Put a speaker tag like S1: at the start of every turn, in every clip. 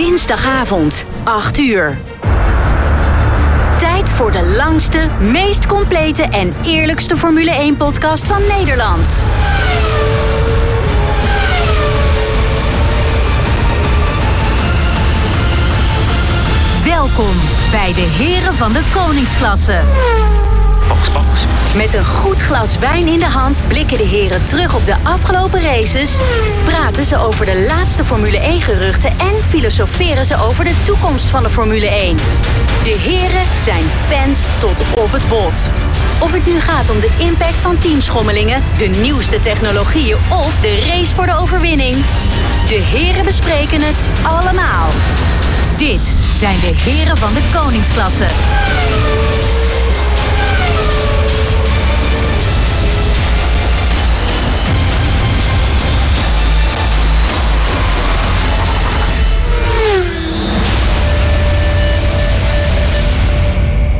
S1: Woensdagavond, 8 uur. Tijd voor de langste, meest complete en eerlijkste Formule 1-podcast van Nederland. Welkom bij de Heren van de Koningsklasse. Met een goed glas wijn in de hand blikken de heren terug op de afgelopen races, praten ze over de laatste Formule 1-geruchten en filosoferen ze over de toekomst van de Formule 1. De heren zijn fans tot op het bot. Of het nu gaat om de impact van teamschommelingen, de nieuwste technologieën of de race voor de overwinning. De heren bespreken het allemaal. Dit zijn de heren van de Koningsklasse.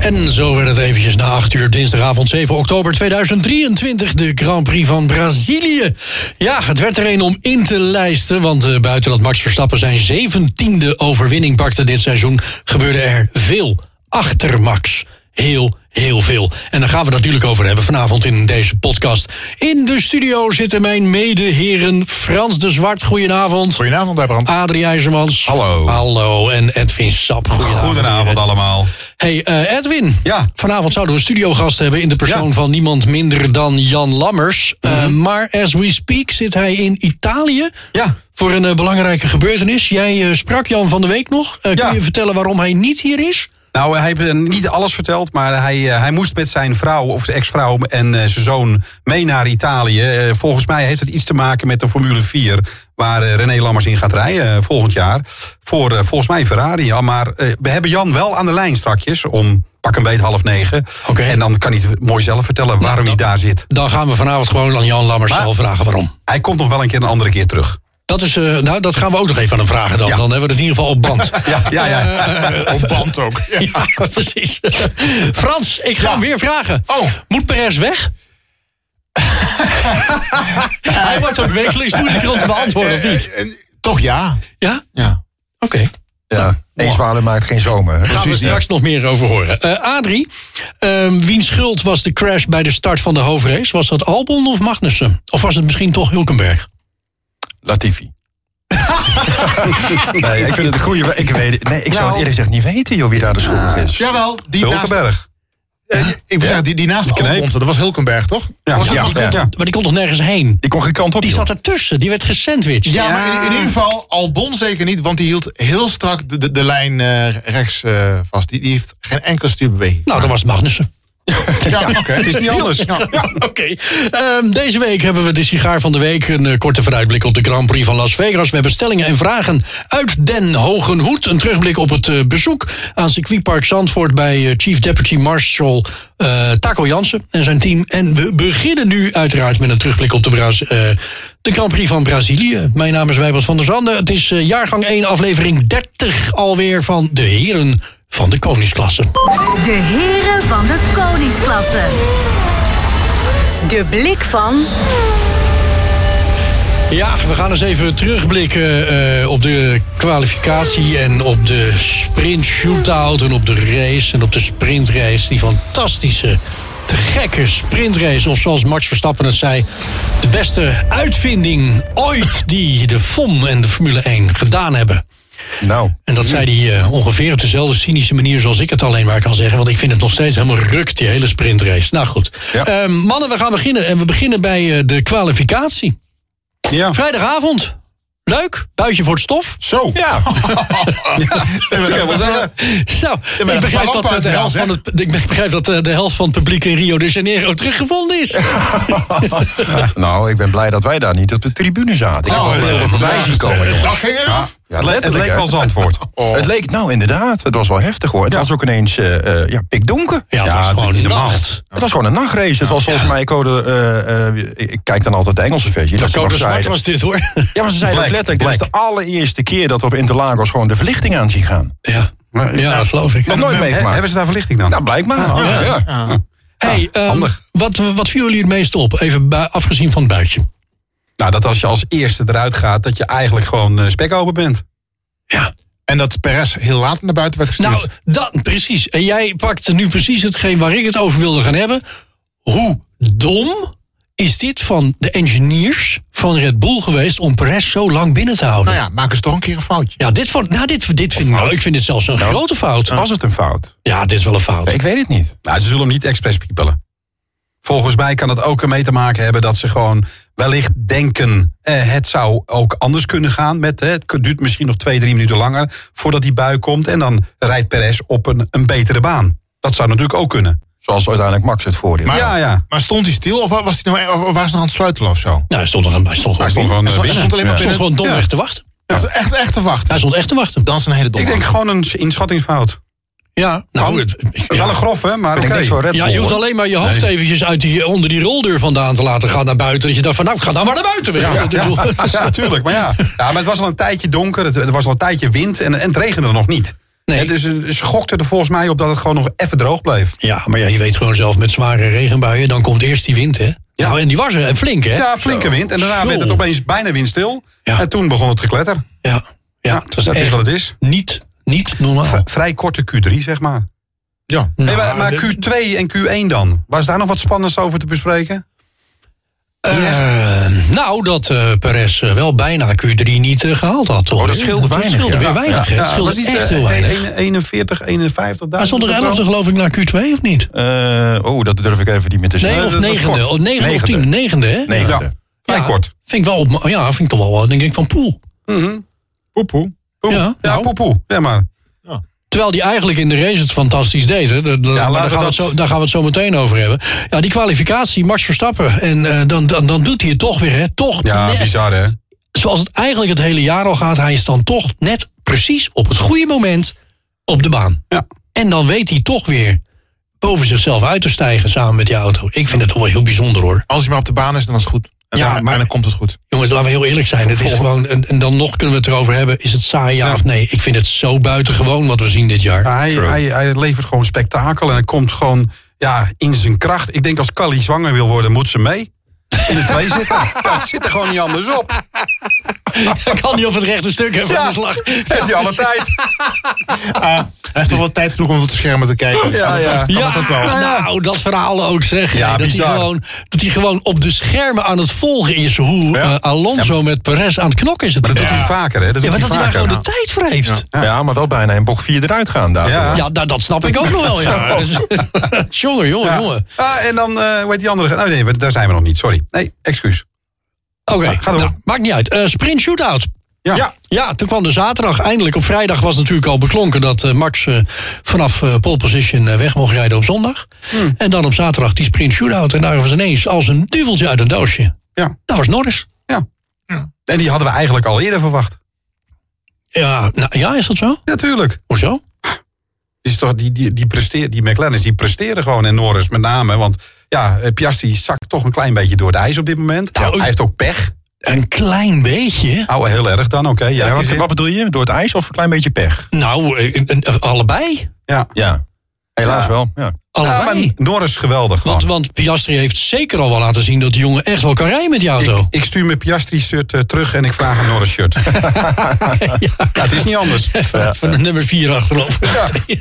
S2: En zo werd het eventjes na 8 uur dinsdagavond 7 oktober 2023 de Grand Prix van Brazilië. Ja, het werd er een om in te lijsten, want eh, buiten dat Max Verstappen zijn 17e overwinning pakte dit seizoen, gebeurde er veel achter Max. Heel, heel veel. En daar gaan we het natuurlijk over hebben vanavond in deze podcast. In de studio zitten mijn medeheren Frans de Zwart, goedenavond.
S3: Goedenavond, Abraham.
S2: Adrie IJzermans.
S3: Hallo.
S2: Hallo. En Edwin Sap.
S4: Ah,
S2: Goedenavond.
S3: Goedenavond allemaal.
S2: Hey eh, Edwin,
S3: Ja.
S2: vanavond zouden we een studiogast hebben in de persoon
S3: Ja.
S2: van niemand minder dan Jan Lammers. Eh,
S4: Mhm.
S2: maar as we speak zit hij in Italië
S3: Ja.
S2: voor een eh, belangrijke gebeurtenis. Jij eh, sprak Jan van de week nog. Eh,
S4: Ja.
S2: Kun je vertellen waarom hij niet hier is?
S4: Nou, hij heeft eh, niet alles verteld, maar hij, eh, hij moest met zijn vrouw, of zijn ex-vrouw en eh, zijn zoon mee naar Italië. Eh, volgens mij heeft het iets te maken met de Formule 4, waar eh, René Lammers in gaat rijden eh, volgend jaar. Voor eh, volgens mij Ferrari, ja. Maar eh, we hebben Jan wel aan de lijn strakjes om pak een beet half negen.
S2: Oké.
S4: En dan kan hij het mooi zelf vertellen waarom hij daar zit.
S2: Dan gaan we vanavond gewoon aan Jan Lammers
S4: Maar-
S2: zelf vragen waarom.
S4: Hij komt nog wel een keer een andere keer terug.
S2: Dat, is, eh, nou, dat gaan we ook nog even aan hem vragen dan.
S4: Ja.
S2: Dan hebben we het in ieder geval op band.
S4: Ja, ja, ja.
S2: Eh,
S3: Op band ook. Ja.
S2: ja, precies. Frans, ik ga
S3: Ja.
S2: hem weer vragen.
S3: Oh.
S2: Moet Perez weg? Hij wordt ook wekelijks moeilijker om te beantwoorden, of niet?
S3: Eh, eh, Toch ja.
S2: Ja?
S3: Ja.
S2: Oké.
S5: Ja, één zwaluw maakt geen zomer. hè?
S2: Gaan we straks nog meer over horen. Eh, Adrie, ehm wiens schuld was de crash bij de start van de hoofdrace? Was dat Albon of Magnussen? Of was het misschien toch Hulkenberg?
S3: Latifi.
S5: Nee, ik vind het een goede... Ik, weet, het- nee, ik zou het eerlijk gezegd niet weten joh, wie daar de schuldig is.
S3: Jawel, die naast...
S4: Hulkenberg.
S3: eh, ik wil zeggen, die, die naast de
S4: kneep.
S3: Albon zat, dat was Hulkenberg, toch?
S4: Ja,
S3: was dat
S4: ja,
S3: niet-
S4: ja.
S2: Maar die kon toch nergens heen?
S5: Die kon geen kant op,
S2: Die
S5: joh.
S2: zat ertussen, die werd gesandwiched.
S3: Ja, maar in, in ieder geval Albon zeker niet, want die hield heel strak de, de, de lijn eh, rechts eh, vast. Die, die heeft geen enkele stuurbeweging.
S2: Nou, dat was Magnussen.
S3: ja, oké.
S4: Het is niet anders.
S2: Ja, Oké. Ehm, deze week hebben we de sigaar van de week. Een eh, korte vooruitblik op de Grand Prix van Las Vegas. We hebben stellingen en vragen uit Den Hogenhoed. Een terugblik op het eh, bezoek aan circuitpark Zandvoort... bij eh, Chief Deputy Marshal eh, Taco Jansen en zijn team. En we beginnen nu uiteraard met een terugblik op de, Braz- eh, de Grand Prix van Brazilië. Mijn naam is Wijbald van der Zanden. Het is eh, jaargang 1, aflevering 30 alweer van de heren van de koningsklasse.
S1: De heren van de koningsklasse. De blik van
S2: Ja, we gaan eens even terugblikken eh, op de kwalificatie en op de sprint shootout en op de race en op de sprintrace. Die fantastische, te gekke sprintrace. Of zoals Max Verstappen het zei, de beste uitvinding ooit die de FOM en de Formule 1 gedaan hebben.
S5: Nou,
S2: En dat zei hij eh, ongeveer op dezelfde cynische manier zoals ik het alleen maar kan zeggen. Want ik vind het nog steeds helemaal ruk, die hele sprintrace. Nou goed.
S5: Ja.
S2: Eh, mannen, we gaan beginnen. En we beginnen bij eh, de kwalificatie.
S4: Ja.
S2: Vrijdagavond. Leuk. Buitje voor het stof.
S3: Zo.
S4: Ja. Dat kan ik wel zeggen.
S2: Zo,
S3: maar dat
S2: ik, begrijp
S3: is wel
S2: dat, eh, de
S3: opwaarts
S2: helft van
S3: gegaan,
S2: het, ik begrijp dat eh, de helft van het publiek in Rio de Janeiro teruggevonden is.
S5: nou, ik ben blij dat wij daar niet op de tribune zaten. Ik
S3: Oh,
S5: heb wel
S3: ja,
S5: beelden voorbij
S3: ja,
S5: zien komen, jongens.
S3: Dat ging eraf.
S5: Ja,
S4: Het le- Het
S5: letterlijk,
S4: leek
S5: hè.
S4: wel Zandvoort.
S5: Het leek, nou inderdaad, het was wel heftig hoor. Het was ook ineens eh eh, ja, pikdonker.
S2: Ja, het was
S5: het is
S2: gewoon
S5: niet
S2: een
S5: normaal.
S2: nacht.
S5: Het was gewoon een nachtrace. Het was volgens mij code... eh, eh, ik ik kijk dan altijd de Engelse versie. Dat ze nog
S2: Code zwart
S5: zeiden-
S2: was dit hoor.
S5: Ja, maar ze zeiden ook
S4: Black,
S5: letterlijk, dit is de
S4: black.
S5: allereerste keer dat we op Interlagos gewoon de verlichting aan zien gaan.
S2: Ja, ja dat geloof ik.
S5: Nog nooit
S4: He-
S5: meegemaakt.
S4: Hebben ze daar verlichting dan?
S5: Nou, blijkbaar. Ja.
S2: Hey, ehm,
S4: handig.
S2: wat, wat viel jullie het meest op? Even bu- afgezien van het buitje.
S4: Nou, dat als je als eerste eruit gaat, dat je eigenlijk gewoon eh, spek open bent.
S2: Ja.
S3: En dat Perez heel laat naar buiten werd gestuurd.
S2: Nou, dan, precies. En jij pakt nu precies hetgeen waar ik het over wilde gaan hebben. Hoe dom is dit van de engineers van Red Bull geweest om Perez zo lang binnen te houden?
S3: nou ja, maken ze toch een keer een foutje.
S2: ja, dit, vond, nou, dit, dit vind ik, nou, ik vind dit zelfs een grote fout.
S5: Was het een fout?
S2: Ja, dit is wel een fout.
S5: Ik weet het niet.
S4: Nou, ze zullen hem niet expres piepelen. Volgens mij kan het ook ermee te maken hebben dat ze gewoon wellicht denken... Eh, het zou ook anders kunnen gaan. Met, eh, het duurt misschien nog twee, drie minuten langer voordat die bui komt. En dan rijdt Perez op een, een betere baan. Dat zou natuurlijk ook kunnen.
S5: Zoals uiteindelijk Max het voordeel.
S3: Maar-
S4: ja, ja.
S3: Maar stond hij stil of was hij nou, of was hij nog aan het sleutelen of zo?
S2: Nou, hij stond er aan. Hij stond,
S4: Hij stond
S2: gewoon
S4: gewoon eh,
S3: Hij
S4: binnen.
S3: stond alleen maar
S2: hij stond
S3: binnen.
S2: gewoon domweg te wachten.
S3: Dat is echt, echt te wachten.
S2: Hij stond echt te wachten.
S3: Dan is een hele domme.
S4: Ik denk gewoon een inschattingsfout.
S2: Ja, nou, het- ja.
S4: Wel een grof, hè, maar
S5: Ik
S4: oké.
S5: denk niks van Red
S2: Ja,
S5: Bull,
S2: je hoeft
S5: hoor.
S2: alleen maar je hoofd eventjes uit die, onder die roldeur vandaan te laten gaan naar buiten. Dat je dacht van, nou, ga dan maar naar buiten. weet je.
S4: Ja,
S2: Want ik
S4: ja,
S2: bedoel-
S4: ja, natuurlijk. Maar ja. ja, maar het was al een tijdje donker. Het, er was al een tijdje wind. En, en het regende nog niet.
S2: Nee.
S4: Het is, ze gokten er volgens mij op dat het gewoon nog even droog bleef.
S2: Ja, maar ja, je weet gewoon zelf met zware regenbuien, dan komt eerst die wind, hè? Ja. Nou, en die was er, en flink, hè?
S4: Ja, flinke wind. En daarna
S2: Zo.
S4: werd het opeens bijna windstil.
S2: Ja.
S4: En toen begon het gekletter.
S2: Ja, ja, het was
S4: dus dat is
S2: echt Oh.
S4: wat het is.
S2: Niet, niet normaal.
S4: Vrij korte Q3, zeg maar.
S3: Ja.
S4: Hey, maar, maar
S2: Nou, dit-
S4: Q2 en Q1 dan? Was daar nog wat spannends over te bespreken?
S2: Eh, nou, dat eh Perez eh, wel bijna Q3 niet eh, gehaald had, toch?
S5: Oh, dat scheelde weinig,
S2: scheelde
S5: ja.
S2: weer weinig, hè? Het
S4: was
S2: scheelde
S4: niet,
S2: echt
S4: eh,
S2: heel weinig.
S4: een- 41, 51
S2: Hij stond er 11 geloof ik, naar Q2, of niet?
S5: Eh, oh, dat durf ik even niet meer te
S2: Nee,
S5: zeggen.
S2: of
S5: Dat was
S2: negende.
S5: kort.
S2: Of negende of tiende. Negende, hè?
S5: Negende.
S4: Ja. Vrij
S2: Ja,
S4: kort.
S2: Vind ik wel, op, ja, vind ik toch wel, eh, denk ik, van poel.
S3: Poepoe.
S4: Poep.
S2: Ja,
S4: Ja,
S2: nou.
S4: poepoe. Ja, maar.
S2: Terwijl die eigenlijk in de race het fantastisch deed. Hè? De- de- maar daar,
S4: laten we
S2: gaan we het
S4: dat-
S2: zo, daar gaan we het zo meteen over hebben. Ja, die kwalificatie, Max Verstappen. En eh, dan, dan, dan doet hij het toch weer. Hè? Toch
S4: Ja,
S2: net-
S4: bizar hè.
S2: zoals het eigenlijk het hele jaar al gaat. Hij is dan toch net precies op het goede moment op de baan.
S4: Ja.
S2: En dan weet hij toch weer boven zichzelf uit te stijgen samen met die auto. Ik vind het toch wel heel bijzonder hoor.
S3: Als hij maar op de baan is, dan is het goed. En,
S2: Ja,
S3: dan,
S2: maar-
S3: en dan komt het goed.
S2: Jongens, laten we heel eerlijk zijn. Het is gewoon, en, en dan nog kunnen we het erover hebben. Is het saai ja, of nee? Ik vind het zo buitengewoon wat we zien dit jaar.
S4: Maar Hij, hij, hij levert gewoon spektakel en hij komt gewoon ja, in zijn kracht. Ik denk als Callie zwanger wil worden, moet ze mee. In de twee zitten. Ja, het zit er gewoon niet anders op.
S2: Ik kan niet op het rechte stuk hebben aan de slag.
S4: Heeft hij alle tijd.
S3: Ah, Hij heeft toch wel tijd genoeg om op de schermen te kijken.
S4: Ja, ja.
S3: Kan dat ook wel?
S2: nou, dat verhaal ook zeg.
S4: Ja,
S2: Hey, dat, hij
S4: bizar.
S2: gewoon, dat hij gewoon op de schermen aan het volgen is hoe eh, Alonso met Perez aan het knokken is.
S4: Maar dat doet
S2: ja.
S4: hij vaker, hè? Dat
S2: Ja,
S4: doet
S2: maar dat hij
S4: hij
S2: daar
S4: vaker.
S2: gewoon de tijd voor heeft.
S5: Ja. maar wel bijna in bocht 4 eruit gaan daar.
S4: Ja.
S2: Ja, nou, dat snap ik ook nog wel. Ja. Dus- jongen, jongen,
S4: Ja.
S2: jongen.
S4: Ah, en dan, eh hoe heet die andere? Oh nee, we- daar zijn we nog niet, sorry. Nee, excuus.
S2: Oké,
S4: ga door.
S2: nou, maakt niet uit. Eh, sprint shootout.
S4: Ja.
S2: Ja, toen kwam de zaterdag. Eindelijk op vrijdag was natuurlijk al beklonken dat eh, Max eh, vanaf eh, pole position eh, weg mocht rijden op zondag.
S4: Hmm.
S2: En dan op zaterdag die sprint shootout. En daar was ineens als een duveltje uit een doosje.
S4: Ja.
S2: Dat was Norris.
S4: ja. En die hadden we eigenlijk al eerder verwacht.
S2: Ja, nou, ja, is dat zo?
S4: Natuurlijk.
S2: Hoezo?
S4: Het is toch, die, die, die, presteer, die McLaren's die presteren gewoon en Norris met name. Want ja, eh, Piastri zakt toch een klein beetje door het ijs op dit moment.
S2: Nou,
S4: hij heeft ook pech.
S2: Een klein beetje.
S4: Oh, heel erg dan, oké. ja,
S5: Ja,
S4: ja,
S5: wat, wat bedoel je? Door het ijs of een klein beetje pech?
S2: Nou, eh, eh, allebei.
S4: ja.
S5: Ja. Helaas
S4: Ja.
S5: wel. Ja.
S4: Ja, Nou, maar
S2: Allebei.
S4: Norris geweldig
S2: want,
S4: gewoon.
S2: want Piastri heeft zeker al wel laten zien dat die jongen echt wel kan rijden met die auto.
S4: Ik, ik stuur mijn Piastri-shirt eh, terug en ik vraag een Norris-shirt. ja. het is niet anders.
S2: Van de nummer 4 achterop.
S5: Nee,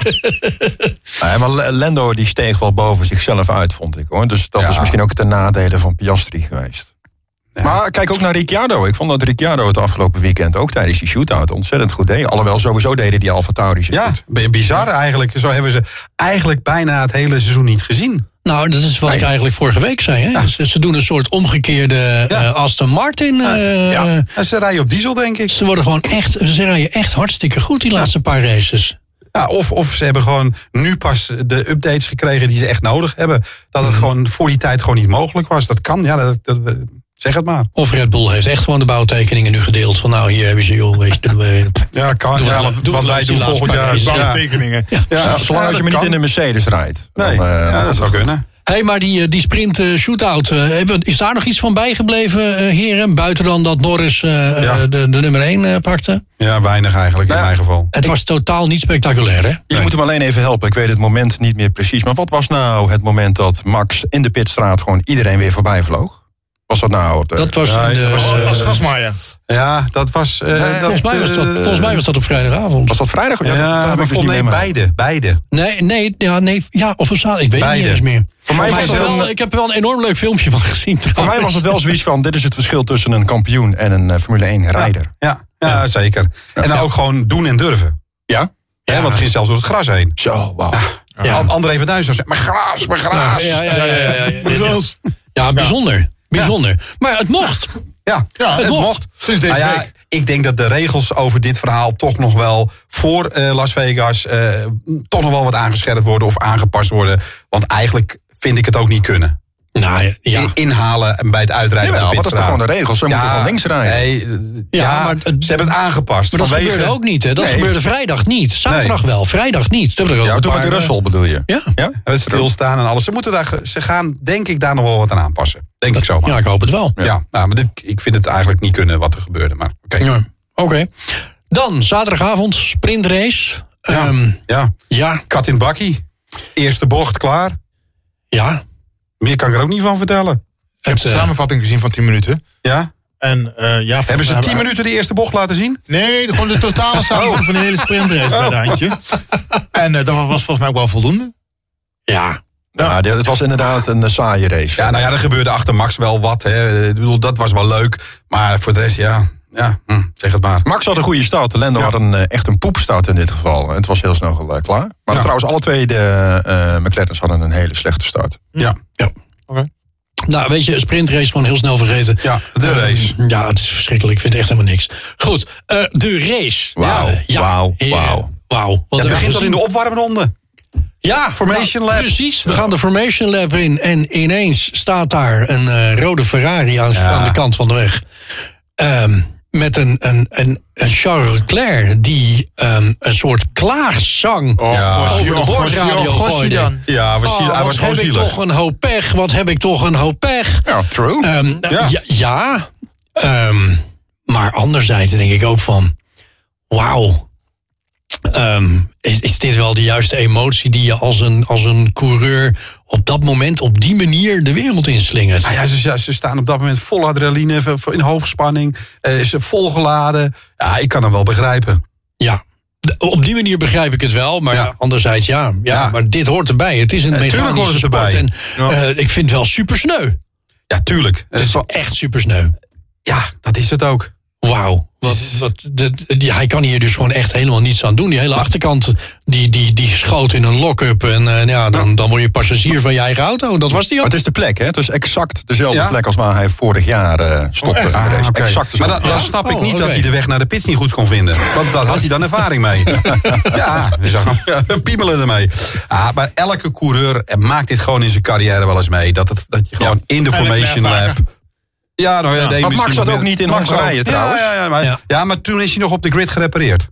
S5: Ah, maar Le- Lando die steeg wel boven zichzelf uit, vond ik hoor. Dus dat
S4: Ja.
S5: is misschien ook ten nadele van Piastri geweest. Maar kijk ook naar Ricciardo. Ik vond dat Ricciardo het afgelopen weekend ook tijdens die shootout ontzettend goed deed. Alhoewel, sowieso deden die Alfa Tauri's het
S4: Ja,
S5: goed.
S4: bi- bizar eigenlijk. Zo hebben ze eigenlijk bijna het hele seizoen niet gezien.
S2: Nou, dat is wat ik eigenlijk vorige week zei. Hè? Ze, ze doen een soort omgekeerde eh, Aston Martin. eh,
S4: Ja. En ze rijden op diesel, denk ik.
S2: Ze worden gewoon echt, ze rijden echt hartstikke goed die laatste paar races.
S4: Ja, of, of ze hebben gewoon nu pas de updates gekregen die ze echt nodig hebben. Dat het gewoon voor die tijd gewoon niet mogelijk was. Dat kan, ja, dat, dat- zeg het maar.
S2: Of Red Bull heeft echt gewoon de bouwtekeningen nu gedeeld. Van nou, hier hebben ze, joh, weet je. doen we-
S4: Ja, kan.
S2: Doen we
S4: ja,
S2: wel-
S4: want
S2: doen we
S4: wat
S2: wel
S4: wij
S2: eens
S4: doen
S2: die
S4: volgend jaar.
S2: laatste
S4: Ja,
S3: Bouwtekeningen.
S4: ja,
S3: tekeningen.
S4: ja,
S5: Zolang als je maar niet in een Mercedes rijdt.
S4: Nee,
S5: dan, eh,
S4: ja,
S5: dan
S4: dat
S5: is
S4: zou
S5: het
S4: kunnen.
S2: Hé, hey, maar die, eh, die sprint eh, shootout, eh, hebben- is daar nog iets van bijgebleven, eh, heren? Buiten dan dat Norris eh,
S4: Ja.
S2: eh, de, de nummer 1 pakte.
S4: Ja, weinig eigenlijk in
S5: Nou ja.
S4: mijn geval.
S2: Het was totaal niet spectaculair, hè?
S5: Je moet hem alleen even helpen. Ik weet het moment niet meer precies. Maar wat was nou het moment dat Max in de pitstraat gewoon iedereen weer voorbij vloog?
S4: Was dat nou? Op de,
S2: Dat was in de- eh,
S4: was,
S3: Oh, als gasmaaier.
S6: Ja, dat was... eh, dat,
S2: volgens, mij was dat,
S6: eh,
S2: volgens mij was dat op vrijdagavond.
S4: was dat vrijdag?
S6: Ja,
S4: dat- dat heb
S6: maar
S4: ik dus
S6: volgens
S4: niet
S6: mij
S4: meer.
S6: beide. Beide.
S2: Nee, nee, ja, nee, ja of op zaterdag. Ik weet het
S6: Beide.
S2: niet eens meer.
S4: Voor mij
S2: Ik
S4: was
S2: heb
S4: het
S2: er
S4: wel-
S2: wel- ik heb er wel een enorm leuk filmpje van gezien.
S4: Voor mij was het wel zoiets van, dit is het verschil tussen een kampioen en een eh, Formule 1 rijder.
S6: Ja, ja, zeker. En dan ook gewoon doen en durven.
S4: Ja?
S6: Hè, want het ging zelfs door het gras heen.
S4: Zo, wauw.
S6: Ja. André van Duin zou zeggen, maar gras, maar gras.
S2: Ja, ja, ja, ja, ja, ja.
S6: Gras.
S2: Ja, bijzonder. Bijzonder. Maar het mocht.
S6: Ja,
S3: Ja,
S6: het
S3: het
S6: mocht.
S3: mocht. Sinds
S4: Dus
S3: deze
S6: Nou ja,
S3: week.
S6: Ik denk dat de regels over dit verhaal toch nog wel voor eh, Las Vegas eh, toch nog wel wat aangescherpt worden of aangepast worden. Want eigenlijk vind ik het ook niet kunnen.
S2: Nou ja.
S6: In- Inhalen en bij het uitrijden.
S4: Jawel, maar dat is
S6: van
S4: toch
S6: pitstraat.
S4: gewoon de regels? Ze moeten gewoon links rijden.
S6: nee, eh, ja,
S2: maar het-
S6: ze hebben het aangepast.
S2: Maar dat
S6: vanwege-
S2: gebeurde ook niet, hè? Dat
S6: Nee.
S2: gebeurde vrijdag niet. Zaterdag wel, vrijdag niet. Dat hebben we er ook
S4: Ja,
S2: een
S4: toen met
S2: paar, eh,
S4: de Russell bedoel je?
S2: Ja.
S4: ja?
S6: Het Stilstaan en alles. Ze, moeten daar, ge- ze gaan denk ik daar nog wel wat aan aanpassen. Denk ik zo
S2: eh,
S6: maar.
S2: Ja, ik hoop het wel.
S6: Ja, nou, maar dit, ik vind het eigenlijk niet kunnen wat er gebeurde. Maar oké.
S2: Ja. Oké. Dan, zaterdagavond, sprintrace.
S6: Ja.
S2: Ehm,
S6: ja.
S2: ja,
S6: Kat in het bakkie. Eerste bocht, klaar.
S2: ja.
S6: Meer kan ik er ook niet van vertellen.
S3: Ik heb
S2: Het,
S3: de
S2: eh,
S3: samenvatting gezien van 10 minuten.
S6: Ja?
S3: En, eh, ja,
S6: Hebben ze 10 minuten de eerste bocht laten zien?
S3: Nee, gewoon de totale samenvatting van de hele sprintrace bij de handje. En eh, dat was volgens mij ook wel voldoende.
S2: ja.
S4: Ja, dit- het was inderdaad een eh, saaie race.
S6: Ja, nou ja, er gebeurde achter Max wel wat. Hè. Ik bedoel, dat was wel leuk. Maar voor de rest, ja. ja hm, zeg het maar.
S4: Max had een goede start. Lando had een, eh, echt een poepstart in dit geval. En het was heel snel gel- eh, klaar. Maar
S6: Ja.
S4: trouwens, alle twee de eh, McLaren's hadden een hele slechte start.
S6: Ja,
S2: ja.
S3: Oké.
S2: Nou, weet je, sprintrace gewoon heel snel vergeten.
S6: ja de race.
S2: Ehm, Ja, het is verschrikkelijk. Ik vind het echt helemaal niks. Goed, eh, de race.
S4: Wauw,
S2: Ja, ja,
S4: wauw,
S2: heren,
S4: wauw.
S2: Wauw. Wat
S6: Het
S2: hebben we
S6: begint al
S2: gezien?
S6: in de opwarmronde.
S2: Ja,
S6: Formation
S2: nou,
S6: lab.
S2: Precies, we gaan de Formation Lab in. En ineens staat daar een eh, rode Ferrari aan, aan de kant van de weg. Ehm, met een, een, een, een Charles Leclerc die ehm, een soort klaagzang
S3: Gossi,
S2: over de
S3: oh, Gossi,
S2: bordradio
S3: oh, Gossi
S2: gooide.
S3: dan.
S6: Ja, we
S2: Oh,
S6: zien- hij
S2: wat
S6: was gewoon
S2: heb ik
S6: zielig.
S2: toch een hoop pech, wat heb ik toch een hoop pech.
S4: Ja, true.
S2: Ehm,
S6: Ja.
S2: ja, ja, ehm, maar anderzijds denk ik ook van, wauw, ehm, is, is dit wel de juiste emotie die je als een, als een coureur op dat moment op die manier de wereld inslingert?
S6: Ah ja, ze- ze, ze staan op dat moment vol adrenaline, v- in hoogspanning. eh ze volgeladen. Ja, ik kan hem wel begrijpen.
S2: Ja. De- Op die manier begrijp ik het wel, maar
S6: Ja.
S2: anderzijds ja, ja,
S6: Ja.
S2: Maar dit hoort erbij. Het is een
S6: tuurlijk
S2: mechanische
S6: hoort het
S2: sport.
S6: erbij.
S2: En, eh, ik vind het wel supersneu.
S6: Ja, tuurlijk. Eh,
S2: Het is
S6: zo-
S2: echt supersneu.
S6: Ja, dat is het ook.
S2: Wauw. Wat, wat, dit- die, hij kan hier dus gewoon echt helemaal niets aan doen. Die hele achterkant die, die, die schoot in een lock-up. En eh, ja, dan, dan word je passagier van je eigen auto. Dat was die
S4: Maar
S2: ook.
S4: het is de plek, hè? Het is exact dezelfde
S6: Ja. Oh, Ah,
S4: plek als waar hij vorig jaar eh, stopte. in de race.
S6: Oké.
S4: Exact
S6: Maar
S4: dezelfde
S6: dan,
S4: plek.
S6: dan snap ik
S2: Oh,
S6: niet dat
S2: oké.
S6: hij de weg naar de pits niet goed kon vinden. Want daar had hij dan ervaring mee. ja, hij zag hem piemelen ermee. Ah, maar elke coureur eh, maakt dit gewoon in zijn carrière wel eens mee. Dat, het, dat je gewoon in de
S3: En
S6: Formation
S3: Leclerc
S6: Lab... Ja, nou ja, deed
S4: Want Max
S6: misschien
S4: zat
S6: nog
S4: ook
S6: meer.
S4: niet in
S6: Max
S4: Hongarije
S6: ook.
S4: trouwens.
S6: Ja, ja, ja, maar,
S2: Ja.
S6: ja. maar toen is hij nog op de grid gerepareerd.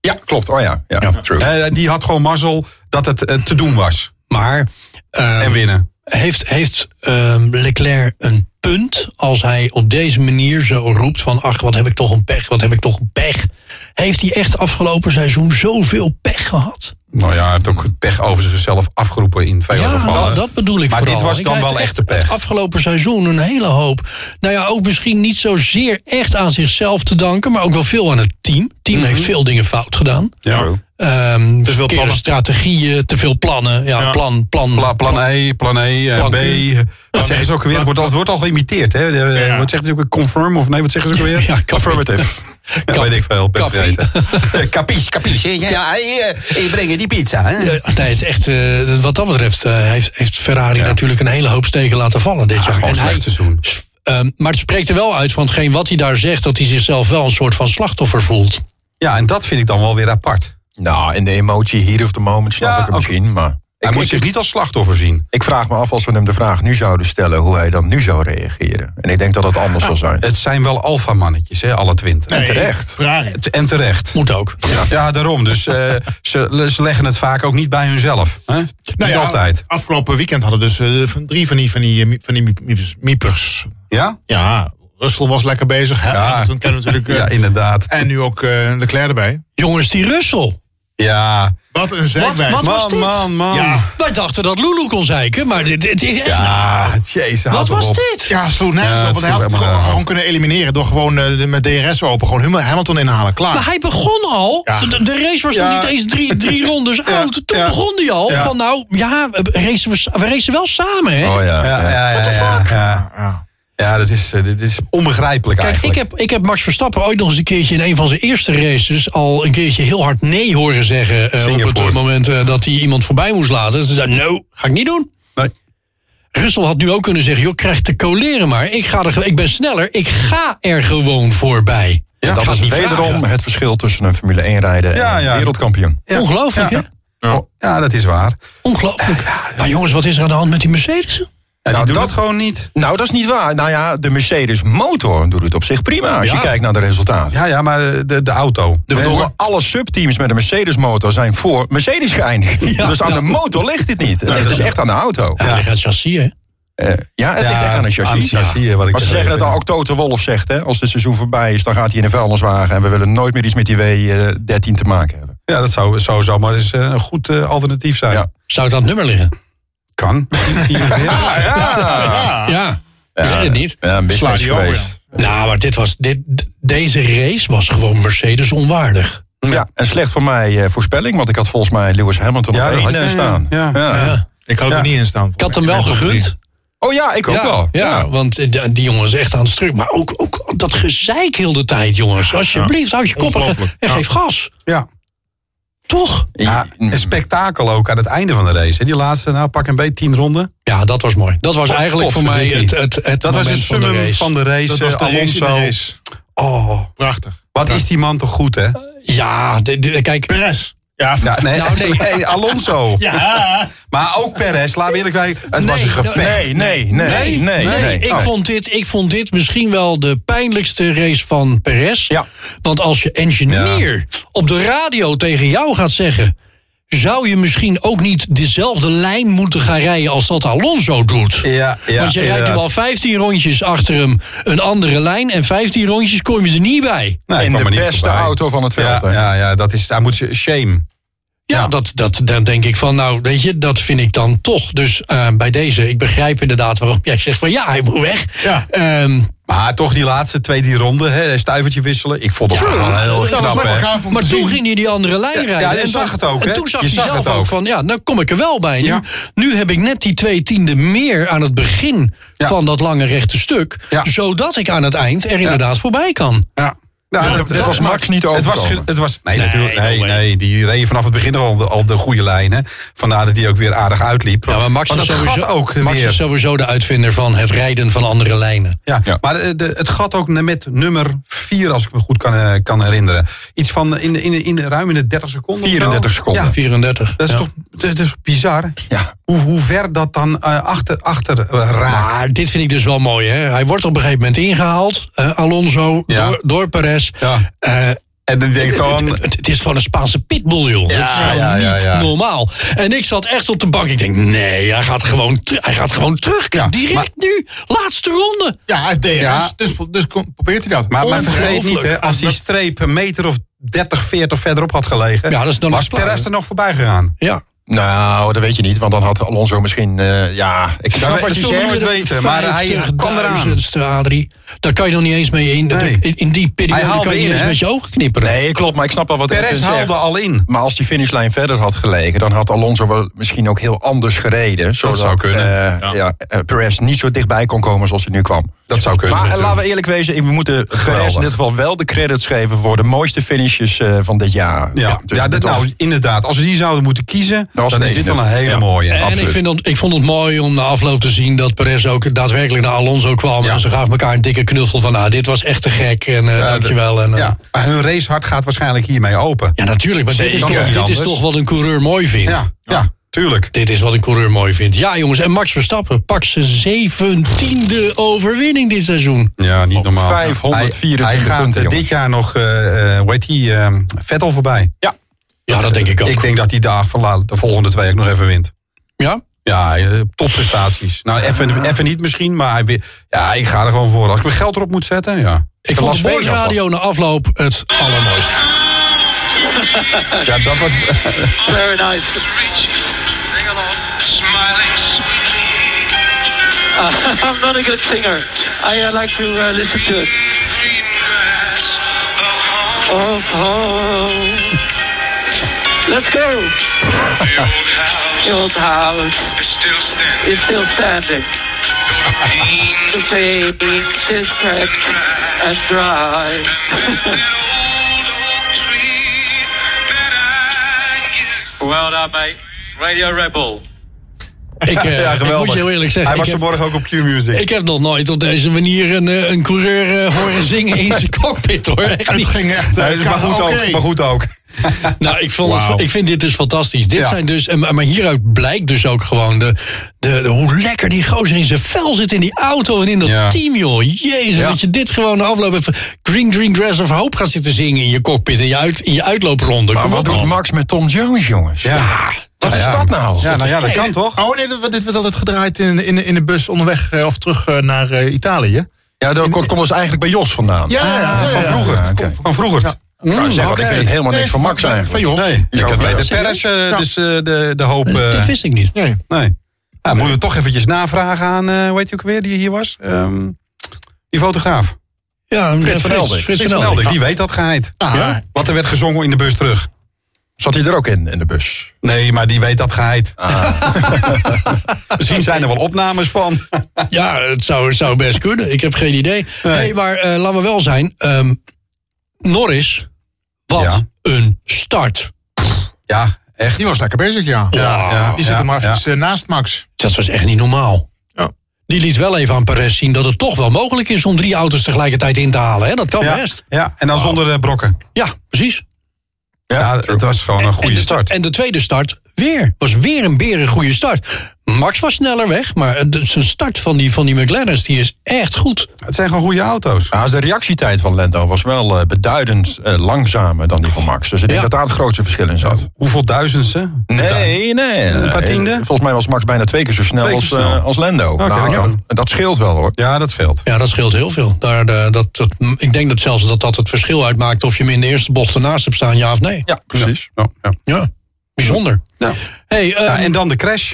S4: Ja, klopt. Oh ja, ja, true.
S6: Eh, die had gewoon mazzel dat het eh, te doen was.
S2: Maar eh,
S6: En winnen.
S2: heeft, heeft eh, Leclerc een punt als hij op deze manier zo roept van... ach, wat heb ik toch een pech, wat heb ik toch een pech. Heeft hij echt afgelopen seizoen zoveel pech gehad?
S6: Nou ja, hij heeft ook pech over zichzelf afgeroepen in vele
S2: Ja,
S6: gevallen.
S2: dat, dat bedoel ik
S6: Maar
S2: vooral.
S6: dit was
S2: Ik
S6: dan
S2: had
S6: wel echte pech.
S2: het Afgelopen seizoen een hele hoop. Nou ja, ook misschien niet zozeer echt aan zichzelf te danken, maar ook wel veel aan het team. Het
S6: Mhm.
S2: team heeft veel dingen fout gedaan.
S6: Ja.
S2: Ehm te
S3: plannen.
S2: strategieën, te veel plannen. Ja,
S3: Ja.
S2: plan, plan.
S6: Pla- plan E, plan E, eh,
S2: Plan
S6: B.
S2: Q.
S6: Wat zeggen ze ook weer? Het wordt al, het wordt al geïmiteerd. Hè? De-
S3: Ja.
S6: Wat zegt ze ook weer? Confirm of nee, wat zeggen ze ook weer?
S2: Ja, kap-
S6: Affirmative. Dat
S2: Kap-
S6: weet ik veel, ben
S2: kappie.
S6: vergeten. Eh, Capies, capies. Ja, ja, ik breng die pizza. Hè?
S2: Eh, nee, het is echt, eh, wat dat betreft eh, heeft, heeft Ferrari natuurlijk een hele hoop steken laten vallen dit jaar.
S6: gewoon
S2: En
S6: een slecht
S2: hij-
S6: seizoen.
S2: Ehm, maar het spreekt er wel uit van hetgeen wat hij daar zegt, dat hij zichzelf wel een soort van slachtoffer voelt.
S6: Ja, en dat vind ik dan wel weer apart.
S4: Nou, in de emotie, hier of the moment, snap
S6: Ja,
S4: ik hem
S6: ook-
S4: misschien. Maar ik,
S6: Hij moet
S4: ik-
S6: zich niet als slachtoffer zien.
S4: ik vraag me af als we hem de vraag nu zouden stellen... hoe hij dan nu zou reageren. En ik denk dat het anders zal zijn.
S6: Het zijn wel alfamannetjes, hè, alle twintig.
S3: Nee,
S4: terecht.
S3: Ferrari.
S6: En terecht.
S2: Moet ook.
S6: Ja, daarom. Dus eh, ze, ze leggen het vaak ook niet bij hunzelf. Hè?
S3: Nou
S6: niet
S3: ja,
S6: altijd.
S3: Afgelopen weekend hadden dus eh, van drie van die, van die, eh, mie- van die mie- miepers- miepers.
S6: Ja?
S3: Ja, Russell was lekker bezig. Hè?
S6: Ja.
S3: Toen kennen we natuurlijk. eh,
S6: Ja, inderdaad.
S3: En nu ook eh Leclerc erbij.
S2: Jongens, die Russell.
S4: Ja.
S3: Wat een
S2: Wat,
S3: zijwijn.
S2: wat was
S4: Man,
S2: dit?
S4: man, man.
S3: Ja.
S2: Wij dachten dat Lulu kon zeiken, maar dit, dit is echt...
S6: Ah,
S4: Ja, jezus.
S2: wat
S4: houd
S2: was
S4: op.
S2: dit?
S3: Ja, sloeg nergens
S4: Ja,
S3: op.
S4: het
S3: Want hij
S4: sloeg
S3: had het
S4: helemaal
S3: gewoon,
S4: nergens
S3: gewoon kunnen elimineren door gewoon eh, de- met DRS open. Gewoon Hum- Hamilton inhalen, klaar.
S2: Maar hij begon al.
S3: Ja.
S2: De, de race was
S4: Ja.
S2: nog niet eens drie, drie rondes oud. Toen
S4: ja.
S2: begon hij al
S4: Ja.
S2: van nou, ja, we racen, we, sa- we racen wel samen, hè?
S6: Oh ja.
S4: Ja,
S6: ja.
S4: ja, ja, ja, ja. Ja, dat is, eh, dit is onbegrijpelijk
S2: Kijk, ik
S4: eigenlijk.
S2: heb, ik heb Max Verstappen ooit nog eens een keertje in een van zijn eerste races al een keertje heel hard nee horen zeggen. eh, op
S4: Singapore.
S2: het moment eh, dat hij iemand voorbij moest laten. Ze zei: No, ga ik niet doen.
S4: Nee.
S2: Russell had nu ook kunnen zeggen: Joh, krijg te coleren maar. Ik, ga er, ge- ik ben sneller. Ik ga er gewoon voorbij. Ik
S6: En
S2: ga
S6: dat is
S2: het niet
S6: wederom
S2: vragen.
S6: het verschil tussen een Formule 1 rijden en
S4: Ja, ja.
S6: een wereldkampioen.
S2: Ongelooflijk, hè?
S4: Ja. Oh, ja, dat is waar.
S2: Ongelooflijk. Maar jongens, wat is er aan de hand met die Mercedes?
S4: Ja,
S6: Nou,
S4: die doen
S6: dat-
S4: dat gewoon niet.
S6: Nou, dat is niet waar. Nou ja, de Mercedes motor doet het op zich prima als
S2: Ja.
S6: je kijkt naar de resultaten.
S4: Ja, ja, maar eh, de, de auto.
S6: De
S4: Nee,
S6: verdomme,
S4: hoor.
S6: alle subteams met een Mercedes motor zijn voor Mercedes geëindigd.
S2: Ja,
S6: dus aan
S2: ja.
S6: de motor ligt het niet. het
S4: dat
S6: is
S4: is-
S6: echt aan de auto.
S2: Ja, die gaat chassis, hè?
S6: Eh, ja, het
S4: Ja,
S6: ligt echt aan een chassis.
S4: aan het chassis, eh, wat ik
S6: maar ze
S4: begreep,
S6: zeggen het al,
S4: ja.
S6: ook Toto Wolf zegt, hè, als het seizoen voorbij is, dan gaat hij in een vuilniswagen en we willen nooit meer iets met die W13 te maken hebben.
S4: Ja, dat zou, zou zomaar eens eh, een goed eh, alternatief zijn.
S6: Ja.
S2: Zou het aan het nummer liggen?
S4: Kan. ja,
S3: Ja.
S2: Ah. Ja. Ik weet het niet.
S6: Ja, een
S3: Sla
S6: mismatch
S3: die over,
S6: geweest.
S2: Nou, maar dit was, dit, deze race was gewoon Mercedes onwaardig.
S6: Ja, en slecht voor mij eh, voorspelling, want ik had volgens mij Lewis Hamilton
S4: Ja, dat
S6: op één
S4: had je,
S6: eh,
S4: ja,
S6: staan.
S4: ja.
S2: Ja.
S3: Ik had er
S4: Ja.
S3: niet in staan.
S2: Ik had hem wel gegund.
S6: Oh ja, ik ook wel.
S2: Ja, want eh, die- die jongen is echt aan het stuk. Maar ook, ook dat gezeik heel de tijd, jongens. Alsjeblieft, houd je kop en ge-
S3: Ongelooflijk.
S2: en
S3: Ja.
S2: geef gas.
S4: ja.
S2: Toch?
S4: Ja, een spektakel ook aan het einde van de race. hè. Die laatste, nou pak een beetje tien ronden.
S2: Ja, dat was mooi. Dat was
S4: Pot-
S2: eigenlijk voor mij het,
S4: potverdikkie.
S2: het, het
S4: Dat was
S2: moment
S4: een
S2: van de
S4: summum
S2: race.
S4: van de race.
S3: Dat was de
S4: eh,
S3: race in de
S4: Alonso.
S3: race.
S4: Oh,
S3: Prachtig.
S4: wat is die man toch goed, hè?
S2: Ja, de- de- kijk.
S3: Perez. Ja,
S4: Ja, nee,
S2: Nou, nee.
S4: nee, Alonso.
S3: ja.
S4: Maar ook Perez, laten we eerlijk zijn. Het was een
S2: nou,
S4: gevecht.
S6: Nee, nee, nee, nee, nee.
S2: ik,
S6: Oh.
S2: vond dit, ik vond dit misschien wel de pijnlijkste race van Perez.
S6: Ja.
S2: Want als je engineer op de radio tegen jou gaat zeggen... zou je misschien ook niet dezelfde lijn moeten gaan rijden als dat Alonso doet.
S4: Ja, ja,
S2: Want je rijdt nu
S4: inderdaad.
S2: al 15 rondjes achter hem een andere lijn... en 15 rondjes kom je er niet bij.
S4: Nee, ik
S6: in
S4: kwam
S6: de
S4: er niet
S6: beste
S4: voorbij.
S6: auto van het veld.
S4: Ja,
S6: hè.
S4: ja, ja, dat is, daar moet je, shame.
S2: Ja, Dat, dat, dan denk ik van, nou, weet je, dat vind ik dan toch. Dus eh, bij deze, ik begrijp inderdaad waarom jij zegt van... ja, hij moet weg.
S3: Ja.
S2: Ehm,
S4: Maar toch die laatste twee, die ronden, hè, stuivertje wisselen. Ik vond het wel heel
S3: dat was
S4: knap,
S3: wel
S4: hè.
S3: gaaf om
S2: Maar
S3: te
S2: toen
S3: zien.
S2: ging hij die andere lijn rijden.
S4: ja, je
S2: En
S4: zag het ook,
S2: En
S4: hè?
S2: toen zag
S4: Je
S2: hij
S4: zag
S2: zelf
S4: het
S2: ook.
S4: ook.
S2: van, ja, nou kom ik er wel bij. Nu,
S4: Ja.
S2: nu heb ik net die twee tienden meer aan het begin
S4: Ja.
S2: van dat lange rechte stuk.
S4: Ja.
S2: Zodat ik aan het eind er inderdaad voorbij kan.
S4: Ja. Nou,
S6: dat- dat was Max niet
S4: Het was,
S6: overkomen.
S4: ge- het was, nee, natuurlijk,
S2: no
S4: nee,
S2: way.
S4: nee, die reed vanaf het begin al de, al de goede lijnen. Vandaar dat hij ook weer aardig uitliep.
S2: Ja, maar Max,
S4: Want
S2: is
S4: dat
S2: sowieso,
S4: gat ook
S2: Max
S4: weer.
S2: is sowieso de uitvinder van het rijden van andere lijnen.
S4: ja.
S6: Ja.
S4: Maar de, de- het gat ook met nummer 4, als ik me goed kan, eh, kan herinneren. Iets van in, de- in, de- in, de- ruim in de 30 seconden. of zo.
S6: 34 seconden.
S4: Ja,
S2: 34.
S4: dat is
S2: ja.
S4: toch dat is bizar
S6: Ja.
S4: hoe, hoe ver dat dan eh, achter, achter eh, raakt.
S2: Maar dit vind ik dus wel mooi. Hè? Hij wordt op een gegeven moment ingehaald. eh, Alonso,
S4: Ja.
S2: door, door Perez.
S4: Ja.
S2: Eh,
S4: En dan denk ik
S2: Het-
S4: gewoon...
S2: Het, het is gewoon een Spaanse pitbull, joh. dat is gewoon
S4: ja, ja,
S2: niet
S4: ja.
S2: normaal. En ik zat echt op de bank. Ik denk, nee, hij gaat gewoon, ter- hij gaat gewoon terug.
S4: Ja,
S2: Direct
S4: maar-
S2: nu, laatste ronde.
S3: Ja, hij heeft DRS,
S4: Ja.
S3: dus, dus kon- probeert hij dat.
S4: Maar, maar vergeet niet,
S3: Ongelooflijk.
S4: hè, als die streep een meter of 30, 40 verderop had gelegen...
S2: Ja, dat is dan
S4: was
S2: een splaar,
S4: Perez
S2: hè?
S4: er nog voorbij gegaan.
S2: Ja.
S6: Nou, dat weet je niet, want dan had Alonso misschien... eh, ja, ik snap
S4: weet-
S6: wat je
S4: zullen we
S6: zegt.
S4: het weten, maar hij kwam eraan.
S2: 50.000ste, Adrie. Daar kan je nog niet eens mee in.
S4: Nee.
S2: In, in die periode
S4: Hij haalde
S2: kan je niet
S4: in,
S2: eens
S4: hè?
S2: met je ogen knipperen.
S6: Nee, klopt, maar ik snap wel wat
S4: Perez
S6: Edwin zegt.
S4: haalde al in.
S6: Maar als die finishlijn verder had gelegen, dan had Alonso wel misschien ook heel anders gereden. Zodat,
S4: zou kunnen,
S6: eh, ja. eh, Perez niet zo dichtbij kon komen zoals hij nu kwam.
S4: Dat zou kunnen.
S6: Maar eh,
S4: natuurlijk.
S6: laten we eerlijk wezen, we moeten Perez
S4: Geweldig.
S6: in dit geval wel de credits geven voor de mooiste finishes eh, van dit jaar.
S4: ja, ja,
S6: dus
S4: dat,
S6: dit was-
S4: nou, inderdaad. Als we die zouden moeten kiezen,
S6: was
S4: dan is
S6: deze
S4: dit wel een
S6: het.
S4: hele
S6: Ja.
S4: mooie.
S2: En ik,
S4: absoluut.
S2: vind het, ik vond het mooi om na afloop te zien dat Perez ook daadwerkelijk naar Alonso kwam.
S4: Ja.
S2: En ze gaven elkaar een dikke knuffel van, nou, dit was echt te gek. En eh, dankjewel. En, eh,
S4: ja, maar hun racehart gaat waarschijnlijk hiermee open.
S2: ja, natuurlijk. Maar dit is,
S4: Zeker.
S2: toch,
S4: Kan
S2: dit
S4: niet
S2: is
S4: anders.
S2: toch wat een coureur mooi vindt.
S4: Ja, ja, tuurlijk.
S2: Dit is wat een coureur mooi vindt. Ja, jongens, en Max Verstappen pakt zijn zeventiende overwinning dit seizoen.
S4: Ja, niet normaal.
S6: 524
S4: hij, hij gaat
S6: punten,
S4: eh, dit
S6: jongens.
S4: jaar nog, eh, eh, hoe heet die, eh, Vettel voorbij.
S6: Ja.
S2: Ja, dat denk ik ook.
S4: Ik denk dat die dag van la- de volgende twee ook nog even wint.
S2: Ja?
S4: Ja, eh, topprestaties. Nou,
S6: Ah.
S4: even, even niet misschien, maar hij wi- ja, ik ga er gewoon voor. Als ik mijn geld erop moet zetten, ja.
S2: Ik
S4: Van
S2: vond de
S4: Las Vegas was-
S2: boordradio na afloop het allermooist.
S4: Ja, dat was...
S7: Very nice. Uh, I'm not a good singer. I uh, like to uh, listen to it. Of home. Let's go. The old house is still standing. The paint is cracked and dry. Well done, mate. Radio Rebel.
S2: Ik, eh,
S4: ja,
S2: ik
S4: geweldig.
S2: moet je heel eerlijk zeggen.
S4: Hij was
S2: ik, heb,
S4: vanmorgen ook op Q-Music.
S2: ik heb nog nooit op deze manier een, eh, een coureur eh, horen zingen in zijn cockpit hoor. Echt
S3: Het
S2: niet.
S3: ging echt. eh,
S4: Nee, dus maar, goed
S3: karaoke.
S4: ook, maar goed ook.
S2: Nou, ik, vond het-
S4: Wauw.
S2: ik vind dit dus fantastisch. Dit
S4: Ja.
S2: zijn dus, en- maar hieruit blijkt dus ook gewoon de, de, de- hoe lekker die gozer in zijn vel zit in die auto en in dat
S4: Ja.
S2: team, joh. Jezus,
S4: Ja.
S2: dat je dit gewoon de afloop even Green Green Grass of Hope gaat zitten zingen in je cockpit, in je, uit, in je uitloopronde.
S6: Maar
S2: Kom
S6: wat
S2: op,
S6: doet
S2: man.
S6: Max met Tom Jones, jongens?
S4: Ja.
S6: Wat is
S4: Ja.
S6: dat nou?
S4: Ja, nou ja, dat kan toch?
S3: Oh nee, dit- dit werd altijd gedraaid in, in, in de bus onderweg eh, of terug eh, naar eh, Italië.
S6: Ja, dat komt dus eigenlijk bij Jos vandaan. Ah,
S3: Ja, ja, ja,
S4: Van
S3: ja.
S4: vroeger.
S6: Ja, oké.
S4: Van vroeger. Nou,
S6: Ik wou zeggen, want ik
S4: oké.
S6: weet helemaal niks
S3: Nee,
S6: van Max
S3: van- van-
S6: eigenlijk.
S3: van Jos.
S4: Nee, ik
S6: Ja,
S4: had
S6: van
S4: bij de
S6: Jos.
S4: pers eh, dus eh, de, de hoop... eh,
S2: Dit wist ik niet.
S3: Nee.
S4: nee. Ja, moeten we toch eventjes navragen aan, eh hoe heet hij ook weer, die hier was? Ehm, die fotograaf.
S2: Ja,
S4: Frits van Eldik.
S2: Frits van Eldik.
S4: Die weet dat geheid.
S3: Ah.
S4: Ja? Wat er werd gezongen in de bus terug.
S6: Zat hij er ook in, in de bus?
S4: Nee, maar die weet dat geheid.
S6: Ah.
S4: Misschien zijn er wel opnames van.
S2: Ja, het zou, het zou best kunnen. Ik heb geen idee. Nee, maar eh, laten we wel zijn. ehm, Norris, wat
S4: Ja.
S2: een start.
S4: Ja, echt.
S3: Die was lekker bezig, ja.
S4: ja,
S3: Die zit er
S4: ja,
S3: maar
S4: ja.
S3: eventjes, eh, naast Max.
S2: Dus Dat was echt niet normaal.
S3: Ja.
S2: Die liet wel even aan Perez zien dat het toch wel mogelijk is om drie auto's tegelijkertijd in te halen. Hè? Dat kan
S4: Ja,
S2: best.
S4: ja, en dan zonder eh, brokken.
S2: Ja, precies.
S4: Ja, het was gewoon een goede
S2: en de,
S4: start.
S2: En de tweede start weer. Was weer een beren goede start. Max was sneller weg, maar eh, de- zijn start van die, van die McLaren's die is echt goed.
S4: het zijn gewoon goede auto's.
S6: Nou, de reactietijd van Lando was wel eh, beduidend eh, langzamer dan die van Max. Dus ik denk
S2: Ja.
S6: dat daar het grootste verschil in zat.
S4: Hoeveel duizendste?
S6: Nee, nee. Een
S4: paar tiende?
S6: Volgens mij was Max bijna twee keer zo snel,
S4: Twee keer
S6: als,
S4: zo
S6: eh,
S4: snel.
S6: als Lendo.
S4: dat
S6: nou,
S4: kan.
S6: dat scheelt wel hoor.
S4: Ja, dat scheelt.
S2: Ja, dat scheelt heel veel. Daar, eh, dat, dat, ik denk dat zelfs dat dat het verschil uitmaakt of je hem in de eerste bocht ernaast hebt staan, ja of nee.
S6: Ja, precies.
S4: Ja, Oh, ja.
S2: Ja, bijzonder.
S4: Ja.
S2: Hey, eh,
S4: Ja, en dan de crash.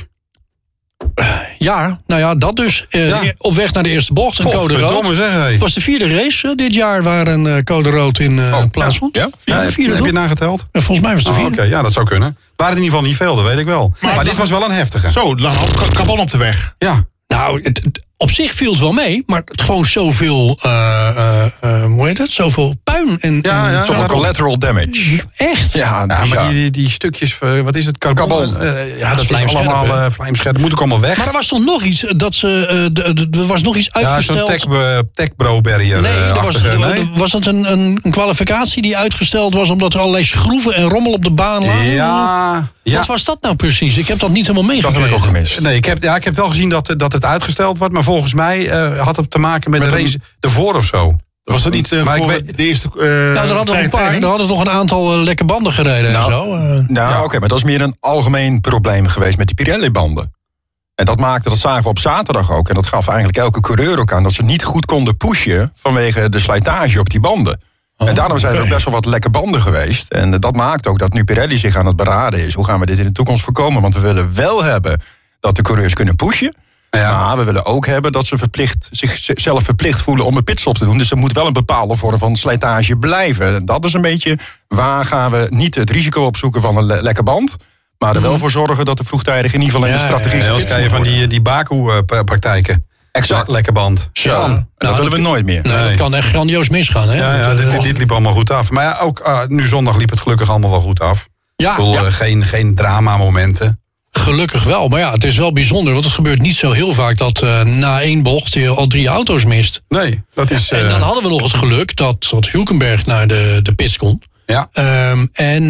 S2: ja, nou ja, dat dus. Eh,
S4: Ja.
S2: Op weg naar de eerste bocht, een code rood.
S4: Godverdomme zeg, hé.
S2: Het was de vierde race eh, dit jaar waar een eh, code rood in eh, plaatsvond.
S6: ja.
S4: Oh, nou, Ja,
S2: Ja,
S4: heb,
S2: de vierde,
S4: heb
S2: toch?
S4: je nageteld?
S2: Eh, Volgens mij was het
S4: Ah,
S2: de
S4: Oké,
S2: vierde.
S4: ja, dat zou kunnen. Waren in ieder geval niet veel, dat weet ik wel. Maar, dit was wel een heftige.
S3: Zo, er lag een hoop ka- carbon op de weg.
S4: Ja.
S2: Nou, het, het- op zich viel het wel mee, maar het gewoon zoveel, eh, eh, eh, hoe heet dat? Zoveel puin en, en
S4: ja,
S6: Zoveel
S4: dat-
S6: collateral damage.
S2: echt.
S6: Ja,
S4: Ja,
S6: bizar.
S4: maar die, die stukjes, eh, wat is het, carbon?
S6: Carbon.
S4: Eh, ja, dat is
S2: vlijmscherp,
S4: allemaal
S2: hè?
S4: eh vlijmscherp. Dat moet ook allemaal weg.
S2: Maar er was toch nog iets eh, dat ze, eh, d- d- er was nog iets
S4: ja, zo'n
S2: uitgesteld.
S4: tech, eh, tech bro barrier
S2: Nee,
S4: eh,
S2: er was,
S4: achtige, nee?
S2: er- was dat een, een, een kwalificatie die uitgesteld was omdat er allerlei schroeven en rommel op de baan lagen?
S4: Ja, ja.
S2: Wat was dat nou precies? Ik heb dat niet helemaal
S6: Dat
S2: meegekregen.
S6: heb ik ook gemist.
S4: Nee, ik heb, ja, ik heb wel gezien dat, eh, dat het uitgesteld wordt. Maar volgens mij eh, had het te maken met,
S6: Met
S4: de
S6: een-
S4: race ervoor of zo.
S3: Was dat niet eh,
S4: Maar ik
S3: voor
S4: weet-
S3: de eerste eh
S2: Nou, er hadden nog een paar, er hadden nog een aantal eh, lekke banden gereden en zo. eh.
S6: Nou, oké, maar dat is meer een algemeen probleem geweest met die Pirelli-banden. En dat maakte, dat zagen we op zaterdag ook. En dat gaf eigenlijk elke coureur ook aan dat ze niet goed konden pushen vanwege de slijtage op die banden. en daarom zijn er ook best wel wat lekke banden geweest. En eh, dat maakt ook dat nu Pirelli zich aan het beraden is. Hoe gaan we dit in de toekomst voorkomen? Want we willen wel hebben dat de coureurs kunnen pushen. Maar we willen ook hebben dat ze verplicht, zichzelf verplicht voelen om een pitstop te doen. Dus er moet wel een bepaalde vorm van slijtage blijven. En dat is een beetje waar gaan we niet het risico opzoeken van een le- lekke band. Maar er wel voor zorgen dat er vroegtijdig in ieder geval in de
S2: Ja,
S6: strategie
S2: ja, ja,
S4: Anders
S6: gepikt
S4: krijg je
S6: moet
S4: van
S6: worden.
S4: die, die Baku-praktijken.
S6: Exact.
S4: Lekker band.
S6: Zo, en dat
S2: Nou,
S6: willen we
S2: dat-
S6: nooit meer.
S2: Nee,
S4: Nee.
S2: dat kan echt grandioos misgaan, hè?
S4: Ja, ja
S2: Want, eh,
S4: dit, dit, dit liep allemaal goed af. Maar ja, ook eh, nu zondag liep het gelukkig allemaal wel goed af.
S2: Ja,
S4: Ik bedoel,
S2: ja.
S4: eh, geen, geen drama-momenten.
S2: Gelukkig wel, maar ja, het is wel bijzonder, want het gebeurt niet zo heel vaak dat eh, na één bocht je al drie auto's mist.
S4: Nee, dat is...
S2: En
S4: eh,
S2: dan hadden we nog het geluk dat, dat Hulkenberg naar de, de pits kon.
S4: ja.
S2: Ehm, en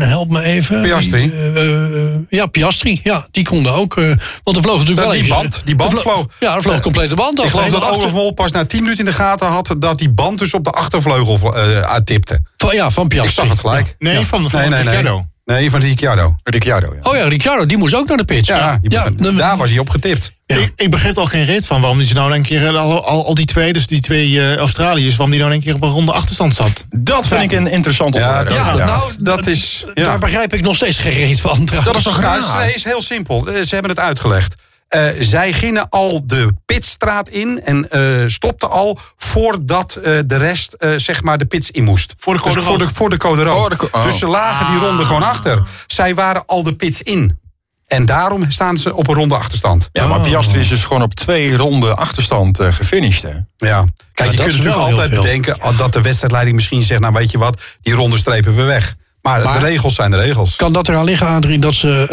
S2: help me even.
S4: Piastri.
S2: Die, eh, eh, ja, Piastri. Ja, die konden ook. eh, want er vloog natuurlijk wel
S4: die
S2: even-
S4: band, die band
S2: er vlo-
S4: vloog.
S2: Ja, er vloog een complete band af.
S4: Ik geloof
S2: Nee,
S4: dat
S2: achter-
S4: Olaf Mol pas na 10 minuten in de gaten had... dat die band dus op de achtervleugel eh tipte.
S2: van, Ja, van Piastri.
S4: Ik zag het gelijk.
S3: Nee, van, van
S4: Nee, nee, nee.
S3: Ricciardo.
S4: Nee, van Ricciardo.
S6: Ricciardo, ja.
S2: Oh ja, Ricciardo, die moest ook naar de pit.
S4: Ja, die
S2: ja,
S4: begon-
S2: dan-
S4: daar was hij op getipt.
S3: Ik, ik begreep al geen reet van waarom je nou in een keer eh, al, al, al die twee, dus die twee eh, Australiërs, waarom die nou in een keer op een ronde achterstand zat.
S6: Dat vind ik een interessant
S4: Ja,
S6: onderwerp.
S4: dat,
S2: Ja, nou,
S4: nou, dat is... Ja.
S2: daar begrijp ik nog steeds geen reet van.
S4: Dat
S2: trouwens.
S4: is toch raar? Nee, is heel simpel. Eh, Ze hebben het uitgelegd. Eh, zij gingen al de pitstraat in en eh, stopten al voordat eh, de rest eh, zeg maar de pits in moest.
S3: Voor de code
S4: Dus voor, de,
S3: rood.
S4: voor de code rood.
S6: Voor de co- oh.
S4: Dus ze lagen die ronde gewoon achter. Zij waren al de pits in. En daarom staan ze op een ronde achterstand.
S6: Ja, maar Piastri is dus gewoon op twee ronden achterstand eh, gefinished. Hè.
S4: Ja. Kijk,
S2: dat
S4: je
S2: is
S4: kunt
S2: wel
S4: natuurlijk
S2: heel
S4: altijd
S2: veel.
S4: bedenken ah, dat de wedstrijdleiding misschien zegt... nou weet je wat, die ronde strepen we weg. Maar, de regels zijn de regels.
S2: Kan dat eraan liggen, Adrien, dat ze...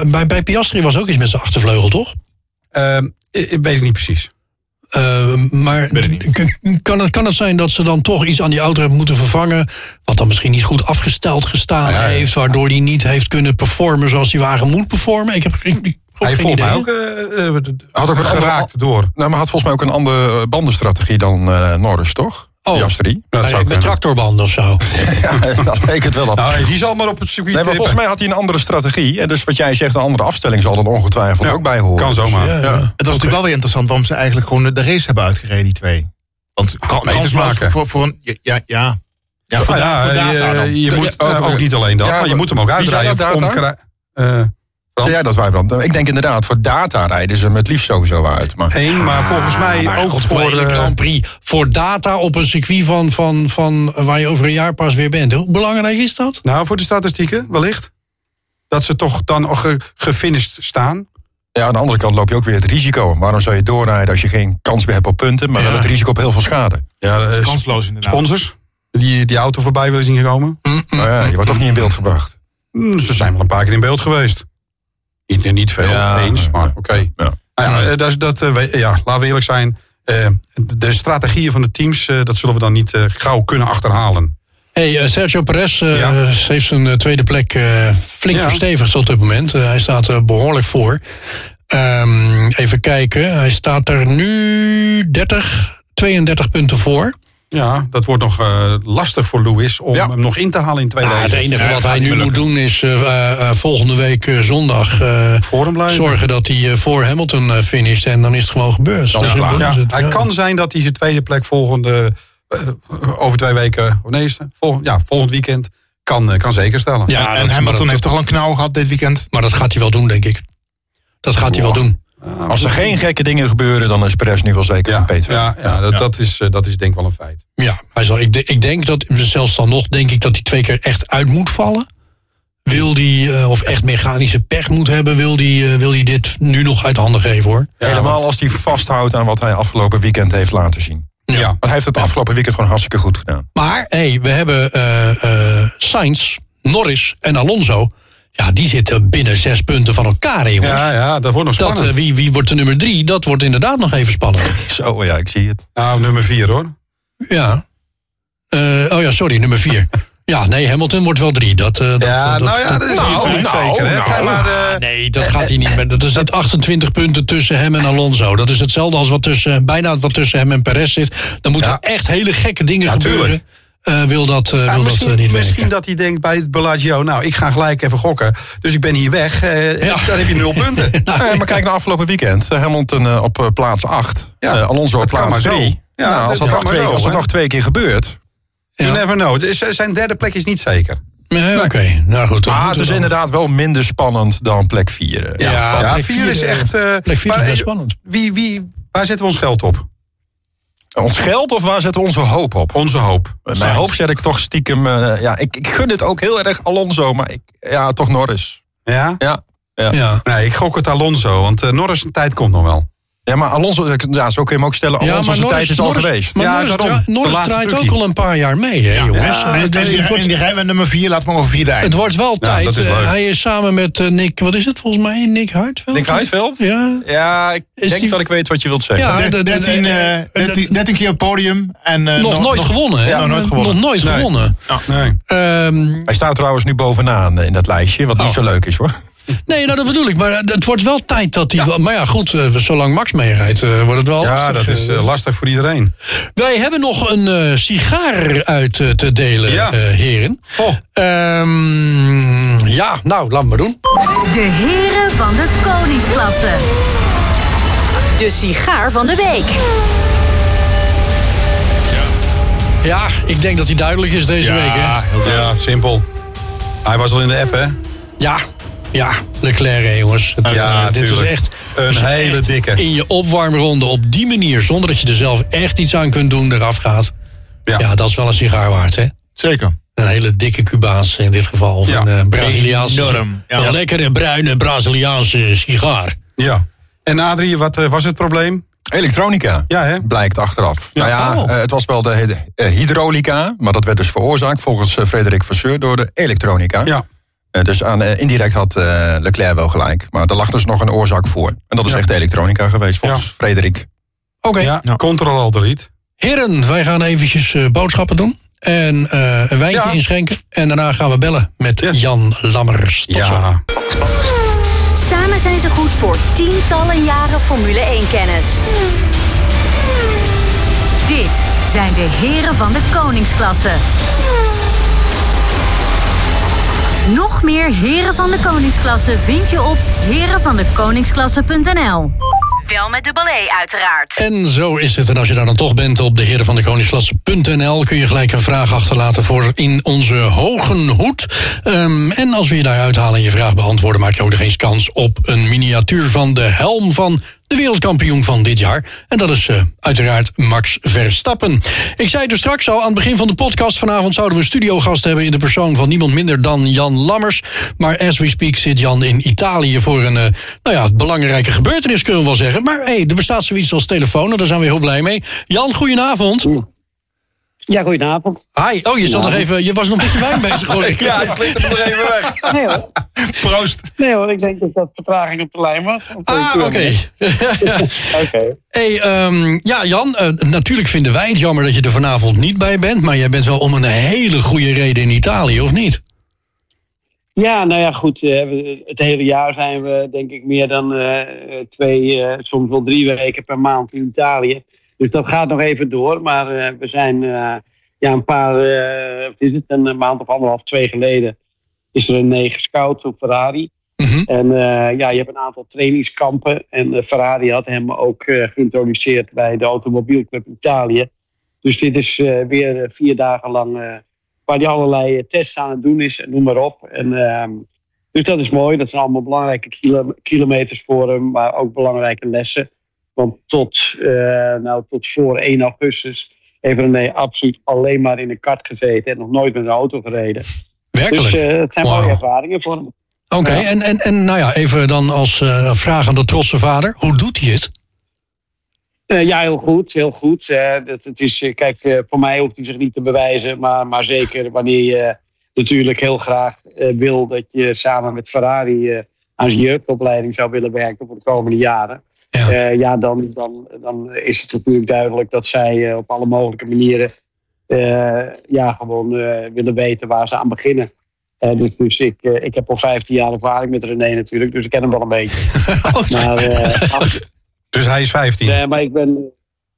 S2: eh, bij, bij Piastri was ook iets met zijn achtervleugel, toch?
S4: Eh, ik, ik weet het niet precies.
S2: Eh, maar k- kan het, kan het zijn dat ze dan toch iets aan die auto hebben moeten vervangen... wat dan misschien niet goed afgesteld gestaan heeft... waardoor die niet heeft kunnen performen zoals die wagen moet performen? Ik heb geen, ik-
S4: Hij
S2: geen
S4: volgens
S2: idee.
S4: mij ook eh, eh,
S6: Had ook een
S4: geraakt door.
S6: Nou, maar had volgens mij ook een andere eh, bandenstrategie dan eh Norris, toch?
S2: Oh.
S6: Piastri.
S2: Hij reed met tractorbanden of zo.
S6: Ja, dat leek het wel op.
S4: Nou, die zal maar op het circuit eh,
S6: Nee, maar
S4: tippen.
S6: volgens mij had hij een andere strategie. En dus wat jij zegt, een andere afstelling zal er ongetwijfeld ook bij horen.
S4: Kan zomaar.
S2: Ja, ja.
S3: Het was natuurlijk wel weer interessant waarom ze eigenlijk gewoon de race hebben uitgereden, die twee. Want kan,
S4: meters
S3: kansloos
S4: maken.
S3: Voor, voor een, ja, ja, ja. Ja, voor
S4: Ah,
S3: da-
S4: ja,
S3: voor data dan.
S4: je, je
S6: Oh, Ja,
S4: moet
S6: ook
S4: eh, ook,
S6: weer.
S4: niet alleen dat,
S6: Ja,
S4: maar je
S6: maar
S4: moet hem ook
S6: wie zei
S4: uitrijden.
S6: dat,
S4: Om,
S6: data?
S4: kra- eh,
S6: Zie jij dat, Wijbrand? Ik denk inderdaad, voor data rijden ze hem het liefst sowieso uit. Maar...
S4: één, maar volgens mij
S2: Maar
S4: ook
S2: God, voor
S4: voor...
S2: de hele
S4: eh,
S2: Grand Prix, voor data op een circuit van, van, van waar je over een jaar pas weer bent. Hoe belangrijk is dat?
S4: nou, voor de statistieken, wellicht. Dat ze toch dan nog ge- gefinished staan.
S6: Ja, aan de andere kant loop je ook weer het risico. Waarom zou je doorrijden als je geen kans meer hebt op punten, maar wel het risico op heel veel schade?
S4: Ja, eh,
S3: Kansloos inderdaad.
S4: sponsors, die die auto voorbij willen zien komen.
S6: Nou ja, je wordt toch niet in beeld gebracht.
S4: Hm, Ze zijn wel een paar keer in beeld geweest. Niet, eh, niet veel,
S6: Ja.
S4: eens, maar oké.
S6: Ja.
S4: Nou ja, eh, dat, dat, eh, we- ja, laten we eerlijk zijn. eh, de strategieën van de teams, eh, dat zullen we dan niet eh, gauw kunnen achterhalen.
S2: Hey, eh, Sergio Perez eh,
S4: Ja.
S2: ze heeft zijn eh, tweede plek eh, flink
S4: Ja.
S2: verstevigd tot dit moment. Eh, hij staat er behoorlijk voor. Ehm, even kijken, hij staat er nu 30, 32 punten voor.
S4: Ja, dat wordt nog eh, lastig voor Lewis om hem nog in te halen in twee
S2: Ah, het
S4: races.
S2: enige
S4: Ja,
S2: wat
S4: gaat
S2: hij
S4: niet
S2: nu
S4: meer
S2: moet
S4: lukken.
S2: doen is eh, eh, eh, volgende week eh, zondag eh,
S4: Voor hem blijven.
S2: zorgen dat hij eh, voor Hamilton eh finisht. En dan is het gewoon gebeurd. Zo
S4: Ja,
S2: simpel is
S4: ja,
S2: het.
S4: Hij
S2: Ja.
S4: kan zijn dat hij zijn tweede plek volgende, eh, over twee weken, of nee, is het? volgend, ja, volgend weekend kan, eh, kan zeker stellen.
S2: Ja,
S3: en
S2: dat-
S3: Hamilton
S2: maar dat-
S3: heeft toch al een knauw gehad dit weekend?
S2: Maar dat gaat hij wel doen, denk ik. Dat gaat hij wel doen.
S6: Als er geen gekke dingen gebeuren, dan is Perez nu wel zeker
S4: ja,
S6: van P2.
S4: ja, ja, dat, dat is, eh, dat is denk ik wel een feit.
S2: Ja, hij zal, ik, de- ik denk dat, zelfs dan nog, denk ik dat hij twee keer echt uit moet vallen. Wil die, eh, of echt mechanische pech moet hebben, wil die, eh, wil die dit nu nog uit handen geven hoor.
S6: Helemaal als hij vasthoudt aan wat hij afgelopen weekend heeft laten zien.
S4: Ja.
S6: Want hij heeft het afgelopen weekend gewoon hartstikke goed gedaan.
S2: Maar hey, we hebben eh, eh, Sainz, Norris en Alonso. Ja, die zitten binnen zes punten van elkaar, jongens.
S4: Ja, ja, dat wordt nog
S2: dat,
S4: spannend.
S2: eh, wie, wie wordt de nummer drie? Dat wordt inderdaad nog even spannend.
S6: eh, Zo, ja, ik zie het.
S4: nou, nummer vier hoor.
S2: ja. Eh, oh ja, sorry, nummer vier. ja, nee, Hamilton wordt wel drie. Dat, eh, dat,
S4: Ja,
S2: dat-
S4: nou ja,
S2: dat- Ah,
S4: dat is niet
S3: nou,
S4: zeker. hè. Het zijn maar eh, de,
S2: Nee, dat gaat hij niet meer. Dat is dat 28 punten tussen hem en Alonso. Dat is hetzelfde als wat tussen, bijna wat tussen hem en Perez zit. Dan moeten
S4: Ja.
S2: er echt hele gekke dingen
S4: tuurlijk.
S2: gebeuren. Eh, wil dat, eh,
S4: Ja,
S2: wil dat
S4: misschien,
S2: eh, niet
S4: misschien
S2: werken.
S4: dat hij denkt bij het Bellagio, nou, ik ga gelijk even gokken. Dus ik ben hier weg. eh,
S2: Ja.
S4: Daar heb je nul punten.
S2: Nou,
S6: maar kijk naar afgelopen weekend. Hamilton eh, op eh, plaats 8.
S4: Ja,
S6: Alonso op
S4: dat kan
S6: plaats
S4: maar zo.
S6: 3.
S4: Ja,
S6: nou,
S4: dat
S6: als dat,
S4: kan
S6: nog
S4: maar
S6: twee,
S4: zo,
S6: als dat
S4: hè.
S6: nog twee keer gebeurt.
S4: You
S2: Ja.
S4: never know. Dus Zijn derde plek is niet zeker.
S2: Nee, Oké, nou goed. dan
S6: Ah, het
S2: moeten
S4: dus
S6: is
S2: we dan-
S6: inderdaad wel minder spannend dan plek 4.
S2: Ja,
S4: Ja,
S2: plek
S4: vier is
S2: vier,
S4: echt... eh,
S2: plek vier is
S4: maar,
S2: best
S4: eh,
S2: spannend.
S4: Wie, wie, waar zetten we ons geld op?
S6: Ons geld of waar zetten we onze hoop op?
S4: Onze hoop.
S6: Mijn hoop zet ik toch stiekem... eh, ja, ik, ik gun het ook heel erg Alonso, maar ik, ja, toch Norris.
S4: Ja?
S6: Ja. Ja. ja.
S2: Ja.
S4: Nee, ik gok het Alonso, want eh, Norris een tijd komt nog wel.
S6: maar Alonso, eh, ja, zo kun je hem ook stellen.
S2: Ja,
S6: Alonso zijn
S2: Norris-
S6: tijd is al
S2: Norris-
S6: geweest.
S2: Maar
S4: Ja,
S2: Norris,
S4: daarom.
S2: dra-
S4: De
S2: Norris
S4: laatste
S2: draait ook
S4: trucje.
S2: al een paar jaar mee, hè, jongens. Eh,
S3: en,
S2: dus
S3: en, die,
S2: het, wordt,
S3: en die rijden we nummer vier, laat maar over vierde
S2: het
S3: eindigen.
S2: wordt wel
S4: Ja,
S2: tijd.
S4: dat is
S2: Eh,
S4: leuk.
S2: hij is samen met eh, Nick, wat is het volgens mij? Nick Hartveld?
S6: Nick Heidveld?
S2: Ja.
S6: Ja, ik
S2: Is
S6: denk
S2: die-
S6: dat ik weet wat je wilt zeggen.
S2: Ja.
S6: Ja,
S2: de- de- de-
S3: 13 eh,
S2: de-
S3: 13 13 keer op podium. En, eh,
S2: Nog, nooit gewonnen, hè?
S3: Ja, nog nooit gewonnen.
S2: Nog nooit
S4: Nee.
S2: gewonnen.
S4: Nee.
S2: Ehm,
S6: Hij staat trouwens nu bovenaan eh, in dat lijstje, wat niet zo leuk is hoor.
S2: Nee, nou, dat bedoel ik. Maar eh, het wordt wel tijd dat hij... wel- Maar ja, goed, eh, zolang Max meerijdt, eh, wordt het wel
S4: Ja,
S2: lastig,
S4: dat
S2: eh.
S4: is eh, lastig voor iedereen.
S2: Wij hebben nog een eh, sigaar uit eh, te delen,
S4: Ja.
S2: eh, heren.
S4: Oh.
S2: Ehm, Ja, nou, laat maar doen.
S1: De heren van de koningsklasse. De sigaar van de week.
S2: Ja, ik denk dat hij duidelijk is deze week. Hè?
S4: Ja, simpel. Hij was al in de app, hè?
S2: Ah, Ja, ja, Leclerc, hè, jongens. Het-
S4: Ja,
S2: eh, dit is
S4: tuurlijk.
S2: echt
S4: Een
S2: als je
S4: hele
S2: echt
S4: dikke.
S2: In je opwarmronde op die manier, zonder dat je er zelf echt iets aan kunt doen, eraf gaat. Ja,
S4: Ja.
S2: dat is wel een sigaar waard, hè?
S3: Zeker.
S2: Een hele dikke Cubaanse in dit geval. Of
S4: Ja,
S2: een eh, Braziliaanse.
S3: enorm, ja.
S2: Een lekkere bruine Braziliaanse sigaar.
S4: Ja. En Adrie, wat eh, was het probleem?
S6: Elektronica.
S4: Ja, hè?
S6: Blijkt achteraf.
S4: Ja,
S6: nou ja,
S4: oh.
S6: eh, het was wel de hele, eh, hydraulica, maar dat werd dus veroorzaakt volgens eh, Frederik Vasseur door de elektronica.
S4: Ja.
S6: Eh, dus aan, eh, indirect had eh, Leclerc wel gelijk. Maar er lag dus nog een oorzaak voor. En dat is echt de elektronica geweest, volgens Frederik.
S2: Oké.
S4: Ja, control al delete.
S2: Heren, wij gaan eventjes eh, boodschappen doen. En eh, een wijntje
S4: Ja.
S2: inschenken. En daarna gaan we bellen met
S4: Ja.
S2: Jan Lammers. Tot zo.
S4: Ja.
S1: Samen zijn ze goed voor tientallen jaren Formule 1-kennis. Dit zijn de heren van de koningsklasse. Nog meer heren van de koningsklasse vind je op herenvandekoningsklasse.nl. Wel met dubbel E uiteraard.
S2: En zo is het. En als je daar dan toch bent op de heren van de koningsklasse.nl... kun je gelijk een vraag achterlaten voor in onze hoge hoed. Ehm, en als we je daar uithalen en je vraag beantwoorden... maak je ook nog eens kans op een miniatuur van de helm van de wereldkampioen van dit jaar. En dat is eh, uiteraard Max Verstappen. Ik zei het er straks al, aan het begin van de podcast vanavond... zouden we een studiogast hebben in de persoon van niemand minder dan Jan Lammers. Maar as we speak zit Jan in Italië voor een eh, nou ja, belangrijke gebeurtenis, kunnen we wel zeggen. Maar hey, er bestaat zoiets als telefoon en daar zijn we heel blij mee. Jan, goedenavond.
S8: Ja, goedenavond.
S2: Hi. Oh, je, zat nog even, je was nog met je wijn bezig, hoor ik.
S6: Ja, hij slikt hem nog even weg.
S8: Nee hoor.
S6: Proost.
S8: nee hoor, ik denk dat dat vertraging op de lijn was. Op deze
S2: Ah, oké.
S8: toer. Oké.
S2: Hey, ehm, ja, Jan, eh, natuurlijk vinden wij het jammer dat je er vanavond niet bij bent. Maar jij bent wel om een hele goede reden in Italië, of niet?
S8: Ja, nou ja, goed. eh, we- Het hele jaar zijn we denk ik meer dan eh, twee, eh, soms wel drie weken per maand in Italië. Dus dat gaat nog even door. Maar eh, we zijn eh, ja, een paar, eh, wat is het, een maand of anderhalf, twee geleden is er een negen scout op Ferrari.
S2: Mhm.
S8: En eh, ja, je hebt een aantal trainingskampen. En eh, Ferrari had hem ook eh, geïntroduceerd bij de Automobielclub Italië. Dus dit is eh, weer eh, vier dagen lang eh, waar die allerlei eh, tests aan het doen is en noem maar op. En, ehm, dus dat is mooi. Dat zijn allemaal belangrijke kilo- kilometers voor hem, maar ook belangrijke lessen. Want tot, eh, nou, tot voor 1 augustus heeft René absoluut alleen maar in een kart gezeten en nog nooit met een auto gereden.
S2: Werkelijk.
S8: Dus eh, het zijn
S2: Wauw.
S8: mooie ervaringen voor hem.
S2: Oké, en, en, en nou eh, ja, even dan als eh, vraag aan de trotse vader. Hoe doet hij het?
S8: Eh, ja, heel goed. Heel goed. Eh, dat, het is, eh, kijk, eh, voor mij hoeft hij zich niet te bewijzen. Maar, maar zeker wanneer je natuurlijk heel graag eh, wil dat je samen met Ferrari eh, aan zijn jeugdopleiding zou willen werken voor de komende jaren.
S2: Ja.
S8: Eh, ja, dan, dan, dan is het natuurlijk duidelijk dat zij eh, op alle mogelijke manieren eh, ja, gewoon eh, willen weten waar ze aan beginnen. Eh, dus dus ik, eh, ik heb al 15 jaar ervaring met René natuurlijk, dus ik ken hem wel een beetje. maar eh,
S4: Dus hij is 15.
S8: Nee, Eh, maar ik ben,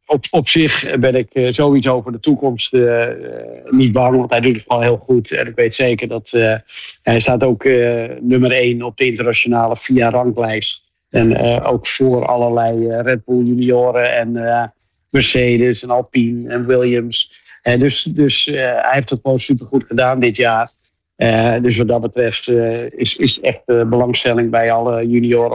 S8: op, op zich ben ik eh, sowieso voor de toekomst eh, eh, niet bang. Want hij doet het gewoon heel goed. En ik weet zeker dat eh, hij staat ook eh, nummer 1 op de internationale via ranglijst. En eh, ook voor allerlei eh, Red Bull junioren en eh, Mercedes en Alpine en Williams. Eh, dus dus eh, hij heeft het gewoon supergoed gedaan dit jaar. Eh, dus wat dat betreft eh, is, is echt eh, belangstelling bij alle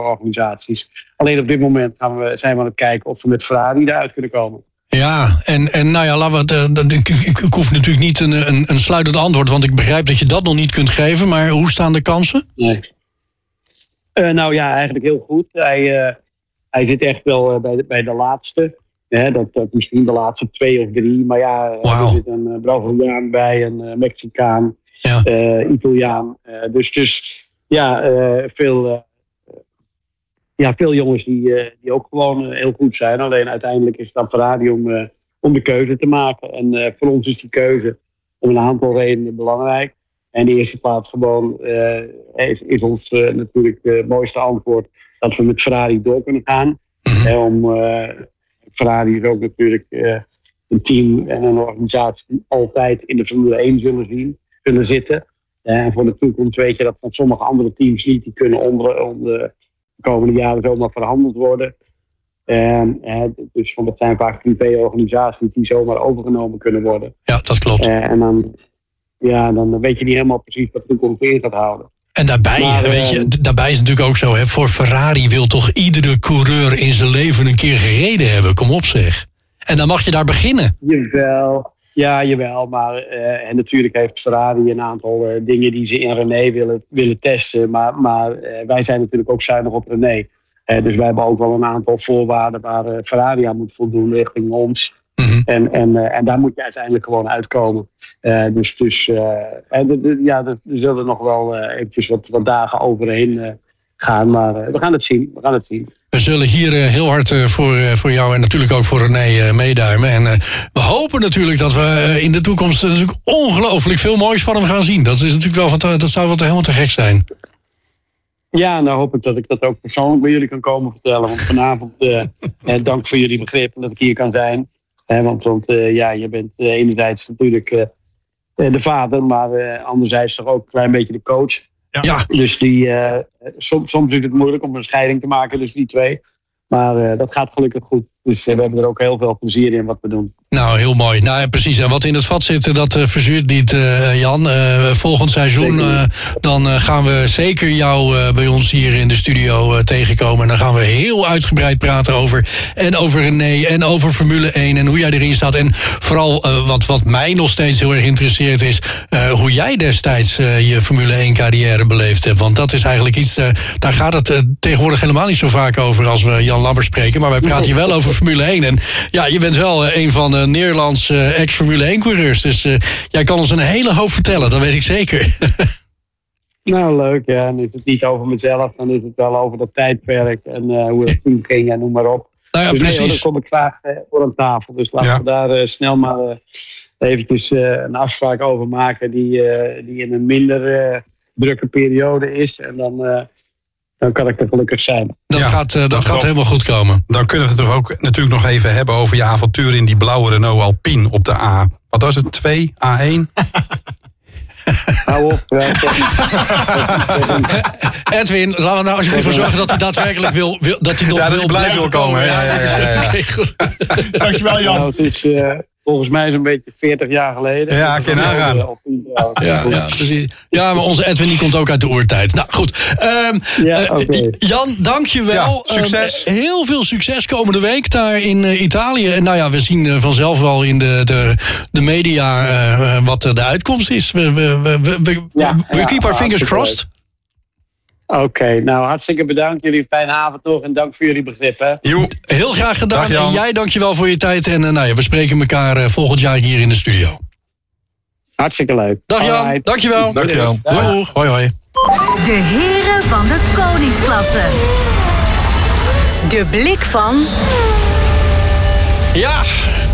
S8: juniorenorganisaties. Alleen op dit moment gaan we, zijn we aan het kijken of we met Ferrari eruit kunnen komen.
S2: Ja, en, en nou ja, laten we, het, eh, dat- ik, ik, ik hoef natuurlijk niet een, een, een sluitend antwoord, want ik begrijp dat je dat nog niet kunt geven. Maar hoe staan de kansen?
S8: Nee. nou ja, eigenlijk heel goed. Hij, eh, hij zit echt wel eh, bij, de, bij de laatste. Hè, dat, dat misschien de laatste twee of drie. Maar ja, eh,
S2: Wauw.
S8: er zit een eh, Braziliaan bij, een eh, Mexicaan,
S2: Ja.
S8: eh, Italiaan. Eh, dus, dus ja, eh, veel, eh, ja, veel jongens die, eh, die ook gewoon eh, heel goed zijn. Alleen uiteindelijk is het aan Ferrari om, eh, om de keuze te maken. En eh, voor ons is die keuze om een aantal redenen belangrijk. En de eerste plaats gewoon eh, is, is ons eh, natuurlijk eh, het mooiste antwoord dat we met Ferrari door kunnen gaan. Hè, om, eh, Ferrari is ook natuurlijk eh, een team en een organisatie die altijd in de Formule 1 zullen, zien, zullen zitten. Eh, En voor de toekomst weet je dat van sommige andere teams niet. Die kunnen onder, onder de komende jaren zomaar verhandeld worden. En, eh, dus van dat zijn vaak privé-organisaties die zomaar overgenomen kunnen worden.
S2: Ja, dat klopt.
S8: Eh, en dan, ja, dan weet je niet helemaal precies wat de toekomst in gaat houden.
S2: En daarbij,
S8: Maar,
S2: weet je,
S8: eh,
S2: d- daarbij is het natuurlijk ook zo, hè, voor Ferrari wil toch iedere coureur in zijn leven een keer gereden hebben. Kom op zeg. En dan mag je daar beginnen.
S8: Jawel, ja, jawel. Maar, eh, en natuurlijk heeft Ferrari een aantal eh, dingen die ze in René willen, willen testen. Maar, maar eh, wij zijn natuurlijk ook zuinig op René. Eh, dus wij hebben ook wel een aantal voorwaarden waar eh, Ferrari aan moet voldoen richting ons.
S2: Mhm.
S8: En, en, eh, en daar moet je uiteindelijk gewoon uitkomen. Eh, dus dus eh, en, de- de- ja, er er zullen nog wel eh, eventjes wat, wat dagen overheen eh, gaan. Maar eh, we gaan het zien. We gaan het zien.
S2: We zullen hier eh, heel hard eh, voor, eh, voor jou en natuurlijk ook voor René eh, meeduimen. En eh, we hopen natuurlijk dat we eh, in de toekomst eh, natuurlijk ongelooflijk veel moois van hem gaan zien. Dat, is natuurlijk wel, van te- dat zou wel te- helemaal te gek zijn.
S8: Ja, nou hoop ik dat ik dat ook persoonlijk bij jullie kan komen vertellen. Want vanavond, eh, eh, dank voor jullie begrip en dat ik hier kan zijn. Eh, want want eh, ja, je bent eh, enerzijds natuurlijk eh, eh, de vader, maar eh, anderzijds toch ook een klein beetje de coach.
S3: Ja.
S2: Ja.
S8: Dus die, eh, soms, soms is het moeilijk om een scheiding te maken tussen die twee. Maar eh, dat gaat gelukkig goed. Dus eh, we hebben er ook heel veel plezier in wat we doen.
S2: Nou, heel mooi. Nou ja, precies. En wat in het vat zit, eh, dat eh, verzuurt niet, eh, Jan. Eh, volgend seizoen
S8: Zeker niet.
S2: eh, dan eh, gaan we zeker jou eh, bij ons hier in de studio eh, tegenkomen. En dan gaan we heel uitgebreid praten over en over René en over Formule 1 en hoe jij erin staat. En vooral eh, wat, wat mij nog steeds heel erg interesseert is eh, hoe jij destijds eh, je Formule 1 carrière beleefd hebt. Want dat is eigenlijk iets, eh, daar gaat het eh, tegenwoordig helemaal niet zo vaak over als we Jan Lammers spreken. Maar wij praten hier wel over Formule 1. En ja, je bent wel eh, een van de Nederlands eh, ex-Formule 1 coureurs. Dus eh, jij kan ons een hele hoop vertellen, dat weet ik zeker.
S8: Nou, leuk. Ja. Dan is het niet over mezelf, dan is het wel over dat tijdperk en eh, hoe dat toen ging en noem maar op.
S2: nou ja,
S8: dus nee, hoor,
S2: precies.
S8: dan kom ik graag eh, voor aan tafel. Dus laten
S4: Ja.
S8: we daar eh, snel maar eh, eventjes eh, een afspraak over maken die, eh, die in een minder eh, drukke periode is. En dan, eh, dan kan ik er gelukkig zijn.
S2: Dat
S4: Ja,
S2: gaat, eh, dat gaat
S4: klopt.
S2: helemaal goed komen.
S4: Dan kunnen we het toch ook natuurlijk nog even hebben over je avontuur in die blauwe Renault Alpine op de A. Wat was het? 2? A1?
S8: Hou op. eh, wel, toch.
S2: Edwin, laten we nou alsjeblieft voor zorgen dat hij daadwerkelijk wil, wil dat hij nog
S4: Ja, dat
S2: wil
S4: hij blij
S2: blijven
S4: wil komen, hè? Ja, ja, ja, ja, ja.
S2: Oké, goed.
S3: Dankjewel,
S8: nou,
S3: Jan.
S8: het is eh, volgens mij zo'n beetje 40 jaar geleden.
S4: Ja,
S8: Dat
S4: kan
S8: is
S4: nagaan.
S8: al tien jaar.
S2: Ja, ja, precies. Ja, maar onze Edwin die komt ook uit de oertijd. Nou, goed. Ehm,
S8: Ja,
S2: eh,
S8: oké.
S2: Jan, dankjewel.
S4: Ja, succes.
S2: Ehm, heel veel succes komende week daar in eh, Italië. En nou ja, we zien eh, vanzelf wel in de, de, de media eh, eh, wat eh, de uitkomst is. We, we, we, we, we,
S8: Ja,
S2: we keep
S8: ja,
S2: our fingers
S8: hartstikke
S2: crossed.
S8: Oké, nou hartstikke bedankt. Jullie fijne avond nog en dank voor jullie begrip. Hè.
S4: Joep.
S2: Heel graag gedaan.
S4: Dag, Jan.
S2: en jij dankjewel voor je tijd. En eh, nou ja, we spreken elkaar eh, volgend jaar hier in de studio.
S8: Hartstikke leuk.
S2: Dag Jan,
S8: Alright.
S2: dankjewel.
S4: Dankjewel.
S2: Doeg. Hoi hoi.
S1: De heren van de koningsklasse. De blik van
S2: Ja,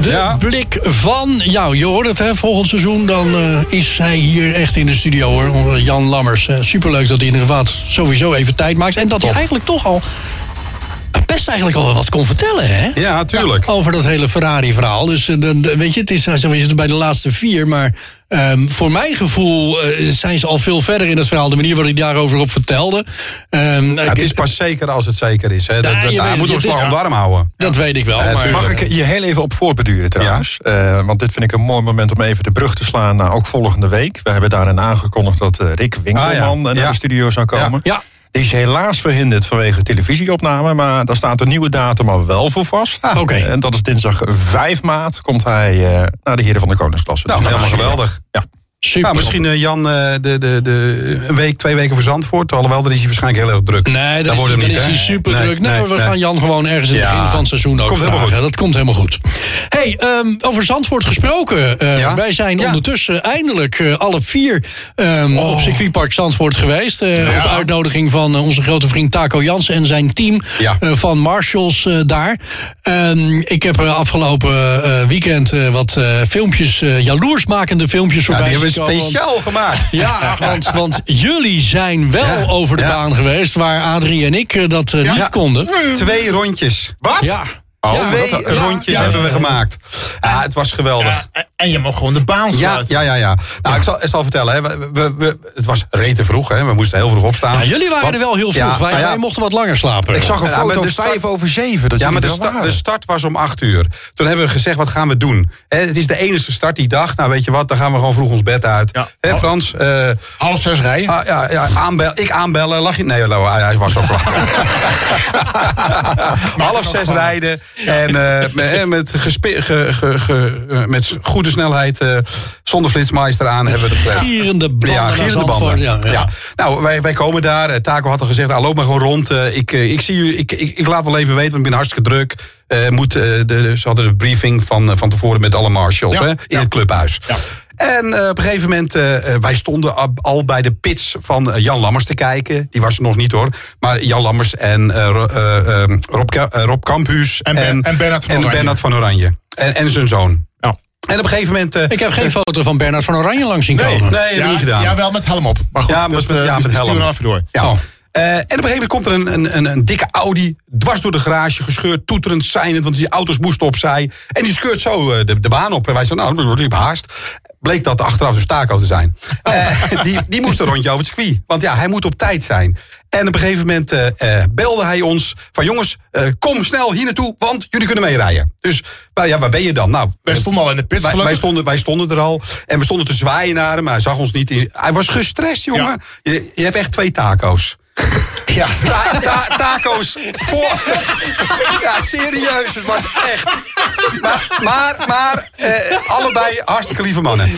S2: de
S4: Ja.
S2: blik van jou. Je hoort het, hè? Volgend seizoen dan eh, is hij hier echt in de studio, hoor. Onze Jan Lammers. Eh, superleuk dat hij inderdaad sowieso even tijd maakt. En dat hij eigenlijk toch al best eigenlijk al wel wat kon vertellen, hè?
S4: Ja, tuurlijk.
S2: Over dat hele Ferrari-verhaal. Dus eh, dan- dan- weet je, het is, hij zegt, we zitten bij de laatste vier. Maar ehm, voor mijn gevoel eh, zijn ze al veel verder in het verhaal. De manier waarop hij daarover op vertelde. Ehm,
S5: oh,
S4: Ja, het is pas
S5: eh,
S4: zeker als het zeker is. Hè. Dat,
S2: Ja,
S4: dat,
S2: je
S4: daar
S2: weet
S4: moeten
S2: het,
S4: we
S2: het
S4: ons
S2: is-
S4: maar warm houden.
S2: dat weet ik wel.
S4: Ja,
S2: maar,
S4: tuurlijk.
S5: Mag ik je heel even op voorbeduren trouwens? Eh, want dit vind ik een mooi moment om even de brug te slaan naar ook volgende week. We hebben daarin aangekondigd dat eh, Rick Winkelman
S4: Ah, ja.
S5: eh, naar
S4: Ja.
S5: de studio zou komen.
S2: Ja.
S5: Die is helaas verhinderd vanwege televisieopname, maar daar staat een nieuwe datum al wel voor vast.
S2: Ah, oké.
S5: En dat is dinsdag 5 maart komt hij eh, naar de Heren van de Koningsklasse.
S4: Nou,
S5: Dus dan
S4: helemaal
S5: mag je-
S4: geweldig.
S5: Ja.
S2: Super.
S4: Nou, misschien eh, Jan eh, de, de, de, een week, twee weken voor Zandvoort. Alhoewel, dan is hij waarschijnlijk heel erg druk.
S2: Nee, dat
S4: Daar
S2: is,
S4: wordt hem
S2: dan
S4: niet,
S2: is hij
S4: hè?
S2: super
S4: Nee,
S2: druk. Nee,
S4: nee,
S2: we
S4: nee.
S2: gaan Jan gewoon ergens in het
S4: Ja,
S2: begin van het seizoen ook
S4: komt helemaal
S2: vragen.
S4: goed.
S2: Dat komt helemaal goed. hey, ehm, over Zandvoort gesproken. eh,
S4: Ja?
S2: Wij zijn
S4: Ja. Oh.
S2: ondertussen eindelijk eh, alle vier ehm, op circuitpark Zandvoort geweest. eh, Op uitnodiging van eh, onze grote vriend Taco Jansen en zijn team
S4: Ja.
S2: eh, van Marshalls eh, daar. Ehm, ik heb eh, afgelopen eh, weekend eh, wat eh, filmpjes, eh, jaloersmakende filmpjes
S4: Ja,
S2: voorbij
S4: die hebben
S2: zien
S4: we
S2: komen, want-
S4: speciaal gemaakt.
S2: ja, want, want jullie zijn wel
S4: Ja,
S2: over de
S4: ja.
S2: baan geweest waar Adrie en ik eh, dat eh, niet
S4: Ja.
S2: konden.
S4: Twee rondjes.
S3: Wat?
S2: Ja,
S4: Oh,
S3: Twee
S4: Twee rondjes
S3: ja.
S4: hebben we gemaakt. Ja, het was geweldig.
S3: En, en je mag gewoon de baan
S4: Ja,
S3: sluiten.
S4: ja, ja. ja. Nou, ik zal, ik zal vertellen. Hè. We, we, we- het was rete vroeg. Hè. We moesten heel vroeg opstaan.
S3: Nou,
S2: Ja, jullie waren
S4: Want-
S2: er wel heel vroeg.
S4: Ja,
S2: wij,
S4: nou ja,
S2: wij mochten wat langer slapen.
S4: Ik zag een
S5: Ja, maar
S4: foto
S5: de
S4: start-
S5: vijf over zeven. Dat
S4: ja, maar de,
S5: jullie er
S4: sta-
S5: waren.
S4: de start was om acht uur. Toen hebben we gezegd, wat gaan we doen? Hè, het is de enige start die dag. Nou, weet je wat, dan gaan we gewoon vroeg ons bed uit.
S3: Ja.
S2: Oh.
S4: Hè, Frans, eh,
S3: Half zes rijden.
S4: Ah, ja, ja, aanbel, ik aanbellen, lag je... Nee, hallo, hij, hij was al klaar. Half zes
S3: spannend.
S4: rijden en eh, met, eh, met, gespe- ge- ge- ge- eh, met goede snelheid, eh, zonder flitsmeister aan, hebben we het gedaan.
S2: Gierende banden.
S4: Ja,
S2: naar
S4: gierende
S2: Zandvoort,
S4: banden.
S2: Ja, ja.
S4: Ja. Nou, wij, wij komen daar. Eh, Taco had al gezegd, nou, loop maar gewoon rond. Eh, ik, eh, ik, zie jullie, ik, ik, ik laat wel even weten, want ik ben hartstikke druk. Eh, moet, eh, de, ze hadden de briefing van, eh, van tevoren met alle marshals
S3: Ja,
S4: hè, in het clubhuis. En eh, op een gegeven moment, eh, eh, wij stonden ab- al bij de pits van eh, Jan Lammers te kijken. Die was er nog niet hoor. Maar Jan Lammers en eh, Ro- eh, eh, Rob, Ka- eh, Rob Kamphuis.
S3: En Ben- en Bernard van
S4: en
S3: Oranje.
S4: Bernard van Oranje. En, en zijn zoon.
S3: Ja.
S4: En op een gegeven moment... eh,
S2: Ik heb geen foto van Bernard van Oranje langs zien
S4: Nee,
S2: komen.
S4: nee, heb ik niet gedaan.
S3: Ja, wel met helm op. Maar goed,
S4: Ja, met-
S3: dat, eh,
S4: ja,
S3: dus
S4: met
S3: stuur
S4: helm.
S3: dan even door. Oh.
S4: Ja. Eh, en op een gegeven moment komt er een, een, een, een dikke Audi dwars door de garage, gescheurd, toeterend, seinend, want die auto's moesten opzij. En die scheurt zo eh, de, de baan op. En wij zo, nou, die haast. Bleek dat achteraf een staako te zijn. Eh, die, die moest een rondje over het circuit. Want ja, hij moet op tijd zijn. En op een gegeven moment eh, eh, belde hij ons van jongens, eh, kom snel hier naartoe, want jullie kunnen meerijden. Dus nou ja, waar ben je dan? Nou,
S3: Wij stonden al in de pits,
S4: wij, wij,
S3: gelukkig.
S4: stonden, wij stonden er al. En we stonden te zwaaien naar hem. Maar hij zag ons niet. Hij was gestrest, jongen.
S3: Ja.
S4: Je, je hebt echt twee taco's. Ja, ta- ta- taco's voor. Ja, serieus, het was echt. Maar, maar, maar eh, allebei hartstikke lieve mannen.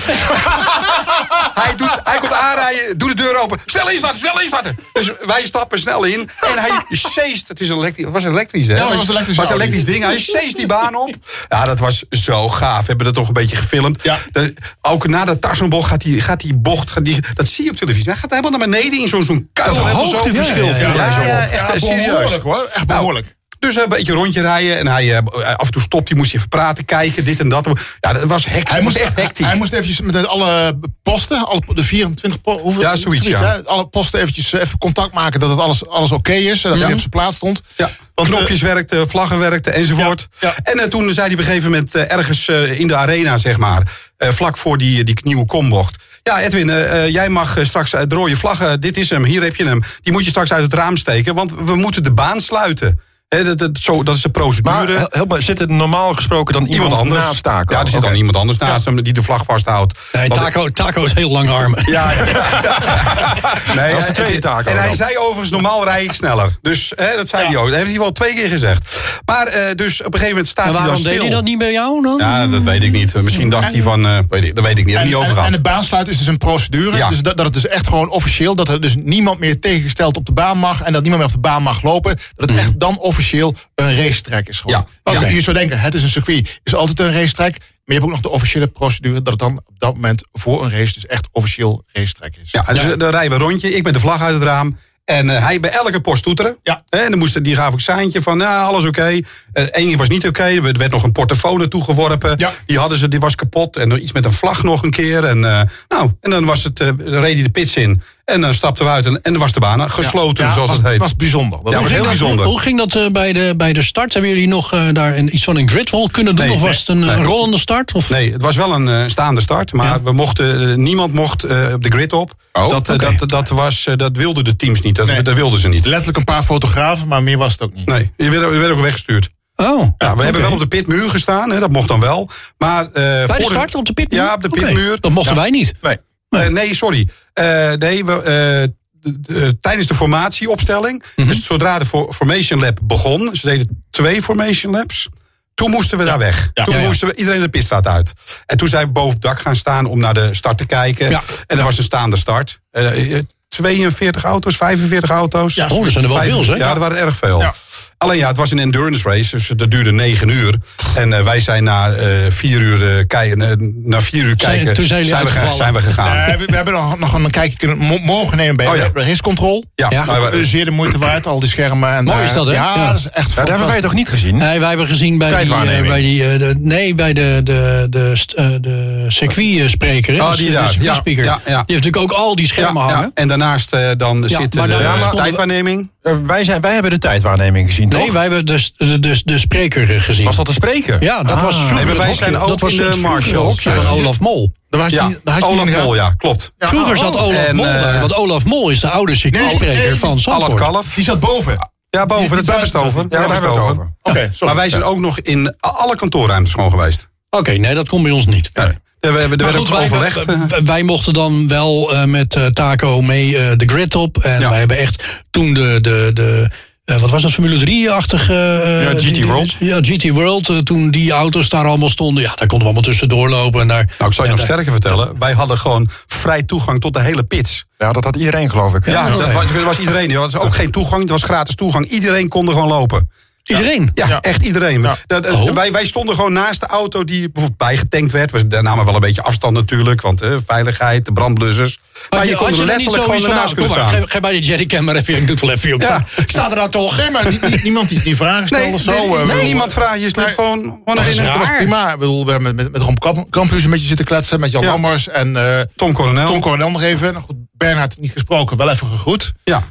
S4: Hij, doet, hij komt aanrijden, doet de deur open. Snel instarten, snel instarten. Dus wij stappen snel in. En hij seest. Het is een elektri- het was elektrisch, hè?
S3: Ja, het was een elektrische
S4: was een
S3: Audi.
S4: elektrisch ding. Hij seest die baan op. Ja, dat was zo gaaf. We hebben dat toch een beetje gefilmd.
S3: Ja.
S4: De- ook na de Tarzanbocht gaat die, gaat die bocht... Gaat die, dat zie je op televisie. Hij gaat helemaal naar beneden in zo'n zo'n kuil.
S2: Het
S4: Helemaal zo-
S2: hoogteverschil
S4: Ja,
S2: viel
S4: ja,
S2: mij zo op.
S4: ja, echt, eh, serieus.
S3: behoorlijk hoor. Echt behoorlijk.
S4: Dus eh, een beetje rondje rijden. En hij eh, af en toe stopt. Hij moest even praten, kijken, dit en dat. Ja, dat was hectisch. Het was echt hectisch.
S3: Hij moest eventjes met alle posten, alle, po- de 24 po- hoeveel,
S4: Ja, zoiets, ja.
S3: hè? Alle posten eventjes eh, even contact maken dat het alles, alles oké is. En dat hij op zijn plaats stond.
S4: ja,
S3: Want, eh,
S4: knopjes werkten, vlaggen werkten enzovoort.
S3: Ja, ja.
S4: En eh, toen zei hij op een gegeven moment eh, ergens eh, in de arena, zeg maar... eh, vlak voor die, eh, die nieuwe kombocht. Ja, Edwin, eh, eh, jij mag eh, straks uit de rode vlaggen... dit is hem, hier heb je hem. Die moet je straks uit het raam steken, want we moeten de baan sluiten. Hè, dat, dat, zo, dat is de
S6: Maar
S4: procedure.
S6: eh, help me, zit er normaal gesproken dan iemand,
S4: iemand anders.
S6: naast Taco?
S4: Ja, er zit
S6: Oké.
S4: dan iemand anders naast hem die de vlag vasthoudt.
S2: Nee,
S4: Want-
S2: taco, taco is heel lange armen.
S4: Ja, ja. nee,
S6: Dat is
S4: hij-
S6: de tweede taak
S4: En
S6: ook
S4: hij
S6: nog.
S4: zei overigens, normaal rij ik sneller. Dus hè, dat zei hij ook. Dat heeft hij wel twee keer gezegd. Maar eh, dus op een gegeven moment staat
S2: En
S4: hij dan
S2: waarom
S4: stil.
S2: deed hij dat niet bij jou dan?
S4: Ja, dat weet ik niet. Misschien dacht hij van, eh, weet ik, dat weet ik niet. Heb ik niet
S3: en,
S4: over
S3: en,
S4: gehad.
S3: en de baansluit is dus een procedure.
S4: Ja.
S3: Dus dat, dat het dus echt gewoon officieel, dat er dus niemand meer tegengesteld op de baan mag. En dat niemand meer op de baan mag lopen. Dat het echt dan officieel een racetrack is gewoon.
S4: Mhm. Ja.
S3: Want
S4: Oké.
S3: je zou denken, het is een circuit, is altijd een racetrack. Maar je hebt ook nog de officiële procedure dat het dan op dat moment voor een race dus echt officieel racetrack is.
S4: Ja, dus dan rijden we een rondje. Ik met de vlag uit het raam. En eh, hij bij elke post toeteren.
S3: Ja.
S4: Hè, En dan moest, die gaf ik seintje van, nou, alles oké. Eén ding was niet oké. Er werd nog een portofoon naartoe geworpen.
S3: Ja.
S4: Die hadden ze, die was kapot. En nog iets met een vlag nog een keer. En, eh, nou, en dan was het, eh, reed hij de pits in. En dan stapten we uit. En, en dan was de baan eh, gesloten,
S3: Ja,
S4: zoals
S3: was,
S4: het heet.
S3: was bijzonder. Dat
S4: Ja,
S3: was
S4: was heel
S2: Hoe ging dat-
S4: bijzonder.
S2: Hoe ging dat eh, bij, de, bij de start? Hebben jullie nog eh, daar een, iets van een gridwall kunnen doen?
S4: Nee,
S2: of was
S4: nee,
S2: het een eh,
S4: nee.
S2: rollende start? Of?
S4: Nee, het was wel een eh, staande start, maar we mochten, eh, niemand mocht eh, op de grid op. dat, eh, dat, dat, was, eh, dat wilden de teams niet, dat,
S3: Oh, Nee. Dus-
S4: dat wilden ze niet.
S3: Letterlijk een paar fotografen, maar meer was het ook niet.
S4: Nee, je werd, je werd ook weggestuurd.
S2: Oh.
S4: Ja, we hebben wel op de pitmuur gestaan, hè, dat mocht dan wel. Maar, eh,
S2: Bij de
S4: voor
S2: start op de pitmuur?
S4: Ja, op de
S2: Oké,
S4: pitmuur.
S2: Dat mochten wij niet.
S4: Nee, Eh, nee sorry. Eh, nee, we, eh, d- d- eh, tijdens de formatieopstelling,
S2: Mhm.
S4: dus zodra de for- Formation Lab begon, ze deden twee Formation Labs. Toen moesten we daar weg. Toen
S2: Ja, ja.
S4: moesten we iedereen de pitstraat uit. En toen zijn we boven het dak gaan staan om naar de start te kijken.
S2: Ja.
S4: En er was een staande start. Eh, eh, 42 auto's, 45 auto's.
S2: Ja, oh, er zijn er wel
S4: Vijf-
S2: veel, zeg.
S4: Ja, er waren erg veel. Alleen ja, het was een endurance race, dus dat duurde negen uur. En eh, wij zijn na eh, vier uur, eh, kei- eh, na vier uur
S2: Zijn-
S4: kijken,
S2: toen zijn jullie
S4: we, ge-
S2: uitgevallen.
S4: zijn we gegaan.
S3: Eh, we, we hebben nog, nog een kijkje kunnen, mo- mogen nemen bij
S4: Oh, ja.
S3: de race control.
S4: Ja,
S2: Ja.
S4: nou, we-
S3: Zeer de moeite waard, al die schermen. En
S2: Mooi
S3: daar-
S2: is dat, Eh. hè?
S3: Ja,
S2: Ja.
S3: dat is echt
S6: Ja, dat hebben wij toch niet gezien?
S2: Nee, wij hebben gezien bij die, eh,
S6: Tijdwaarneming.
S2: bij die eh, de, nee, bij de, de, de, st- eh, de circuitspreker. hè?
S4: Oh,
S2: Dus
S4: die
S2: de- de
S4: daar. Ja,
S2: circuitspeaker.
S4: ja, ja.
S2: Die heeft natuurlijk ook al die
S4: ja,
S2: schermen
S4: ja.
S2: hangen.
S4: En daarnaast eh, dan zit
S2: maar
S4: de
S2: daarnaast konden we-
S4: tijdwaarneming.
S6: Eh, wij, zijn, wij hebben de tijdwaarneming gezien.
S2: Nee, wij hebben de, de, de, de spreker eh, gezien.
S6: Was dat de spreker?
S2: Ja, dat
S6: Ah.
S2: was vroeger
S6: Nee, maar
S2: het
S6: wij
S2: hokje.
S6: zijn
S2: dat
S6: ook
S2: was
S6: in de
S2: vroeger het
S6: Marshalls.
S2: hokje van Olaf Mol.
S3: Daar had je,
S6: Ja,
S3: daar
S4: Oh,
S3: had je
S6: Olaf
S3: niet
S6: Mol,
S3: gehad.
S6: ja, klopt.
S2: Vroeger zat Olaf
S6: En,
S2: Mol daar,
S6: eh,
S2: want Olaf Mol is de oude circuitspreker
S3: nee,
S2: van
S4: Alf
S2: Zandvoort.
S4: Kalf.
S3: Die zat boven.
S4: Ja,
S3: Die-
S4: boven, dat
S3: die
S4: hebben we het
S3: buiten-
S4: over.
S3: Ja,
S4: Daar
S3: daar
S4: hebben we het over.
S3: Oké,
S4: Ja.
S3: sorry.
S4: Maar wij zijn ook nog in a- alle kantoorruimtes gewoon geweest.
S2: Oké, nee, dat komt bij ons niet.
S4: Nee. Er, werd- er werd ook
S2: wij,
S4: overlegd. eh,
S2: wij- wij mochten dan wel eh, met eh, Taco mee eh, de grid op. En
S4: Ja.
S2: wij hebben echt toen de... de, de eh, wat was dat, Formule 3-achtige... eh,
S6: Ja, GT
S2: die- die-
S6: World.
S2: Ja, GT World. eh, toen die auto's daar allemaal stonden. Ja, daar konden we allemaal tussendoor lopen. En daar,
S4: Nou, ik zal je
S2: ja,
S4: nog
S2: daar-
S4: sterker vertellen. Wij hadden gewoon vrij toegang tot de hele pits.
S5: Ja, dat had iedereen, geloof ik.
S4: Ja,
S2: Oh.
S5: Ja,
S4: dat was, dat was iedereen. Er was ook geen toegang, het was gratis toegang. Iedereen kon er gewoon lopen.
S2: Iedereen?
S4: Ja,
S3: Ja.
S4: echt iedereen.
S3: Ja.
S4: Dat, eh,
S2: Oh.
S4: wij, wij stonden gewoon naast de auto die bijvoorbeeld bijgetankt werd. We namen wel een beetje afstand natuurlijk, want eh, veiligheid, de brandblussers. Maar, je
S2: had
S4: kon er
S2: er niet
S4: letterlijk gewoon
S2: zoiets van, nou,
S4: ernaast kunnen
S2: kom maar,
S4: staan.
S2: geef, geef mij die jerrycan maar even. Ik doe het wel even. joh.
S4: Ja.
S2: Staat er nou toch?
S3: Nee, maar nie- nie- niemand die, die vragen stelde
S4: Nee,
S3: of zo.
S4: nee,
S3: eh,
S4: nee,
S3: bedoel,
S4: niemand vraagt je slecht
S3: maar-
S4: gewoon, gewoon
S3: Dat, is,
S4: erin.
S3: dat was prima. Ik bedoel, we hebben met, met, met Ron Kamp- Kamphuis een beetje zitten kletsen. Met Jan
S4: Ja.
S3: Lammers en eh
S4: Tom Coronel.
S3: Tom Coronel nog even. Nou goed, Bernhard niet gesproken, wel even gegroet.
S4: ja.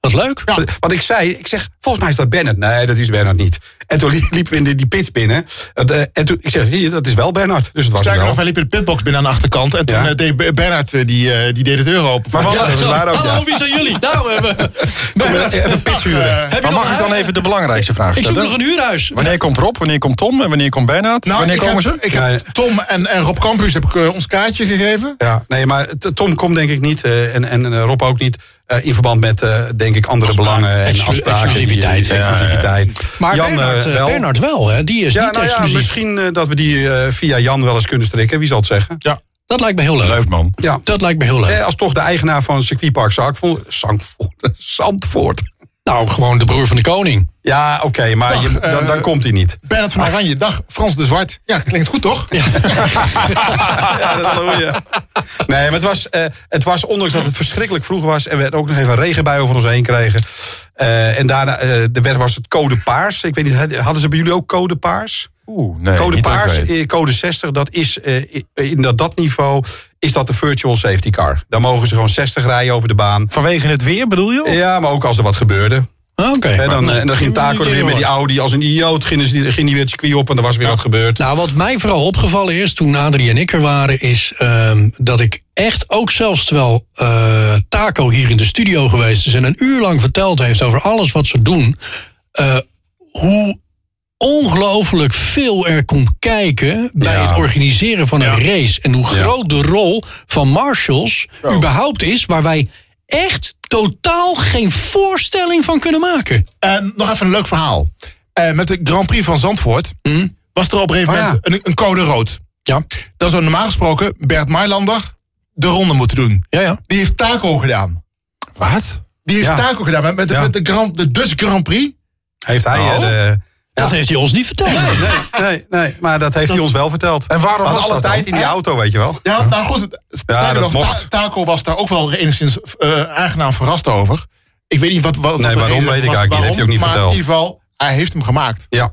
S2: Dat is leuk.
S4: Wat, wat ik zei, ik zeg, volgens mij is dat Bernard. Nee, dat is Bernard niet. En toen li- liepen we in die, die pits binnen. Het, eh, En toen, ik zeg, hier, dat is wel Bernard. Dus het was hem
S3: Sterker nog,
S4: wel.
S3: wij liepen de pitbox binnen aan de achterkant. En toen
S4: Ja.
S3: eh, deed Be- Bernhard, eh, die, eh, die deed het deur open. eh,
S4: Maar
S2: Ja,
S4: ja, dat
S2: zo.
S4: waren ook,
S2: Hallo,
S4: ja.
S2: wie zijn jullie? Nou, hebben
S4: Even pitsuren.
S3: eh,
S2: Heb je
S6: Maar
S2: nog
S6: mag
S2: een
S6: ik dan
S2: huis?
S6: even de belangrijkste vraag
S2: Ik zoek nog
S6: stellen?
S2: een huurhuis.
S6: Wanneer komt Rob, wanneer komt Tom en wanneer komt Bernhard?
S3: Nou,
S6: wanneer
S3: ik
S6: komen
S3: heb-
S6: ze?
S3: Ik heb Tom en, en Rob Kamphuis heb ik eh, ons kaartje gegeven.
S4: Ja, nee, maar t- Tom komt denk ik niet eh, en, en eh, Rob ook niet eh, in verband met, eh, denk ik, andere belangen en
S2: Exclu-
S4: afspraken. die-
S2: exclusiviteit.
S4: die- exclusiviteit.
S2: Maar
S4: Jan, eh,
S2: Bernard, eh,
S4: wel.
S2: Bernard wel, hè? Die is
S4: Ja,
S2: niet
S4: nou ja,
S2: exclusief.
S4: misschien eh, dat we die eh, via Jan wel eens kunnen strikken. Wie zal het zeggen?
S2: Dat lijkt me heel leuk.
S6: Leuk man.
S4: Ja.
S2: Dat lijkt me heel leuk.
S4: Eh, als toch de eigenaar van circuitpark Zandvoort. Zandvoort. Zandvoort.
S2: nou, gewoon de broer van de koning.
S4: Ja, oké, maar je, dan,
S2: eh,
S4: dan komt hij niet.
S3: Bernhard van Oranje, dag Frans de Zwart. Ja, klinkt goed toch?
S4: ja, dat is wel goed, ja. Nee, maar het was, eh, het was, ondanks dat het verschrikkelijk vroeg was... en we het ook nog even een regenbui over ons heen kregen... eh, en daarna eh, de werd was het code paars. Ik weet niet, hadden ze bij jullie ook code paars?
S6: Oeh, nee,
S4: code
S6: niet dat ik
S4: paars,
S6: weet.
S4: eh, code 60, dat is eh, in dat, dat niveau... is dat de virtual safety car. Daar mogen ze gewoon 60 rijden over de baan.
S6: Vanwege het weer bedoel je?
S4: Ja, maar ook als er wat gebeurde.
S2: Oké.
S4: Hè,
S2: maar-
S4: dan, eh, en dan ging Taco er weer met die Audi als een idioot. Ging, ze- ging die weer het circuit op en er was weer wat gebeurd.
S2: Nou, wat mij vooral opgevallen is toen Adrie en ik er waren, is ehm, dat ik echt ook zelfs terwijl eh, Taco hier in de studio geweest is en een uur lang verteld heeft over alles wat ze doen, eh, hoe ongelooflijk veel er komt kijken bij
S4: Ja.
S2: het organiseren van een race. En hoe groot de rol van marshals überhaupt is, waar wij echt totaal geen voorstelling van kunnen maken.
S3: En Ehm, nog even een leuk verhaal. Eh, met de Grand Prix van Zandvoort was er op een gegeven
S4: Oh,
S3: moment een, een code rood.
S2: Ja,
S3: Dan zou normaal gesproken Bert Mailander de ronde moeten doen.
S2: ja, ja.
S3: Die heeft Taco gedaan.
S6: Wat?
S3: Die heeft
S4: Ja.
S3: Taco gedaan met, met, de-
S4: Ja.
S3: met de, Grand, de Dutch Grand Prix.
S4: Heeft hij
S6: nou.
S4: eh, de...
S2: Dat heeft hij ons niet verteld.
S4: Nee, nee, nee, maar dat heeft hij ons wel verteld.
S6: En waarom
S4: We hadden
S6: was
S4: alle
S6: dat dan?
S4: tijd in die auto, weet je wel.
S3: Ja, nou goed. het- sterker
S4: dat
S3: nog, Ta-
S4: mocht.
S3: Taco was daar ook wel enigszins eh, aangenaam verrast over. Ik weet niet wat. wat
S4: Nee,
S3: wat de
S4: waarom
S3: reden
S4: weet ik
S3: was,
S4: eigenlijk niet. Heeft hij ook niet
S3: maar
S4: verteld.
S3: in ieder geval, hij heeft hem gemaakt.
S4: Ja.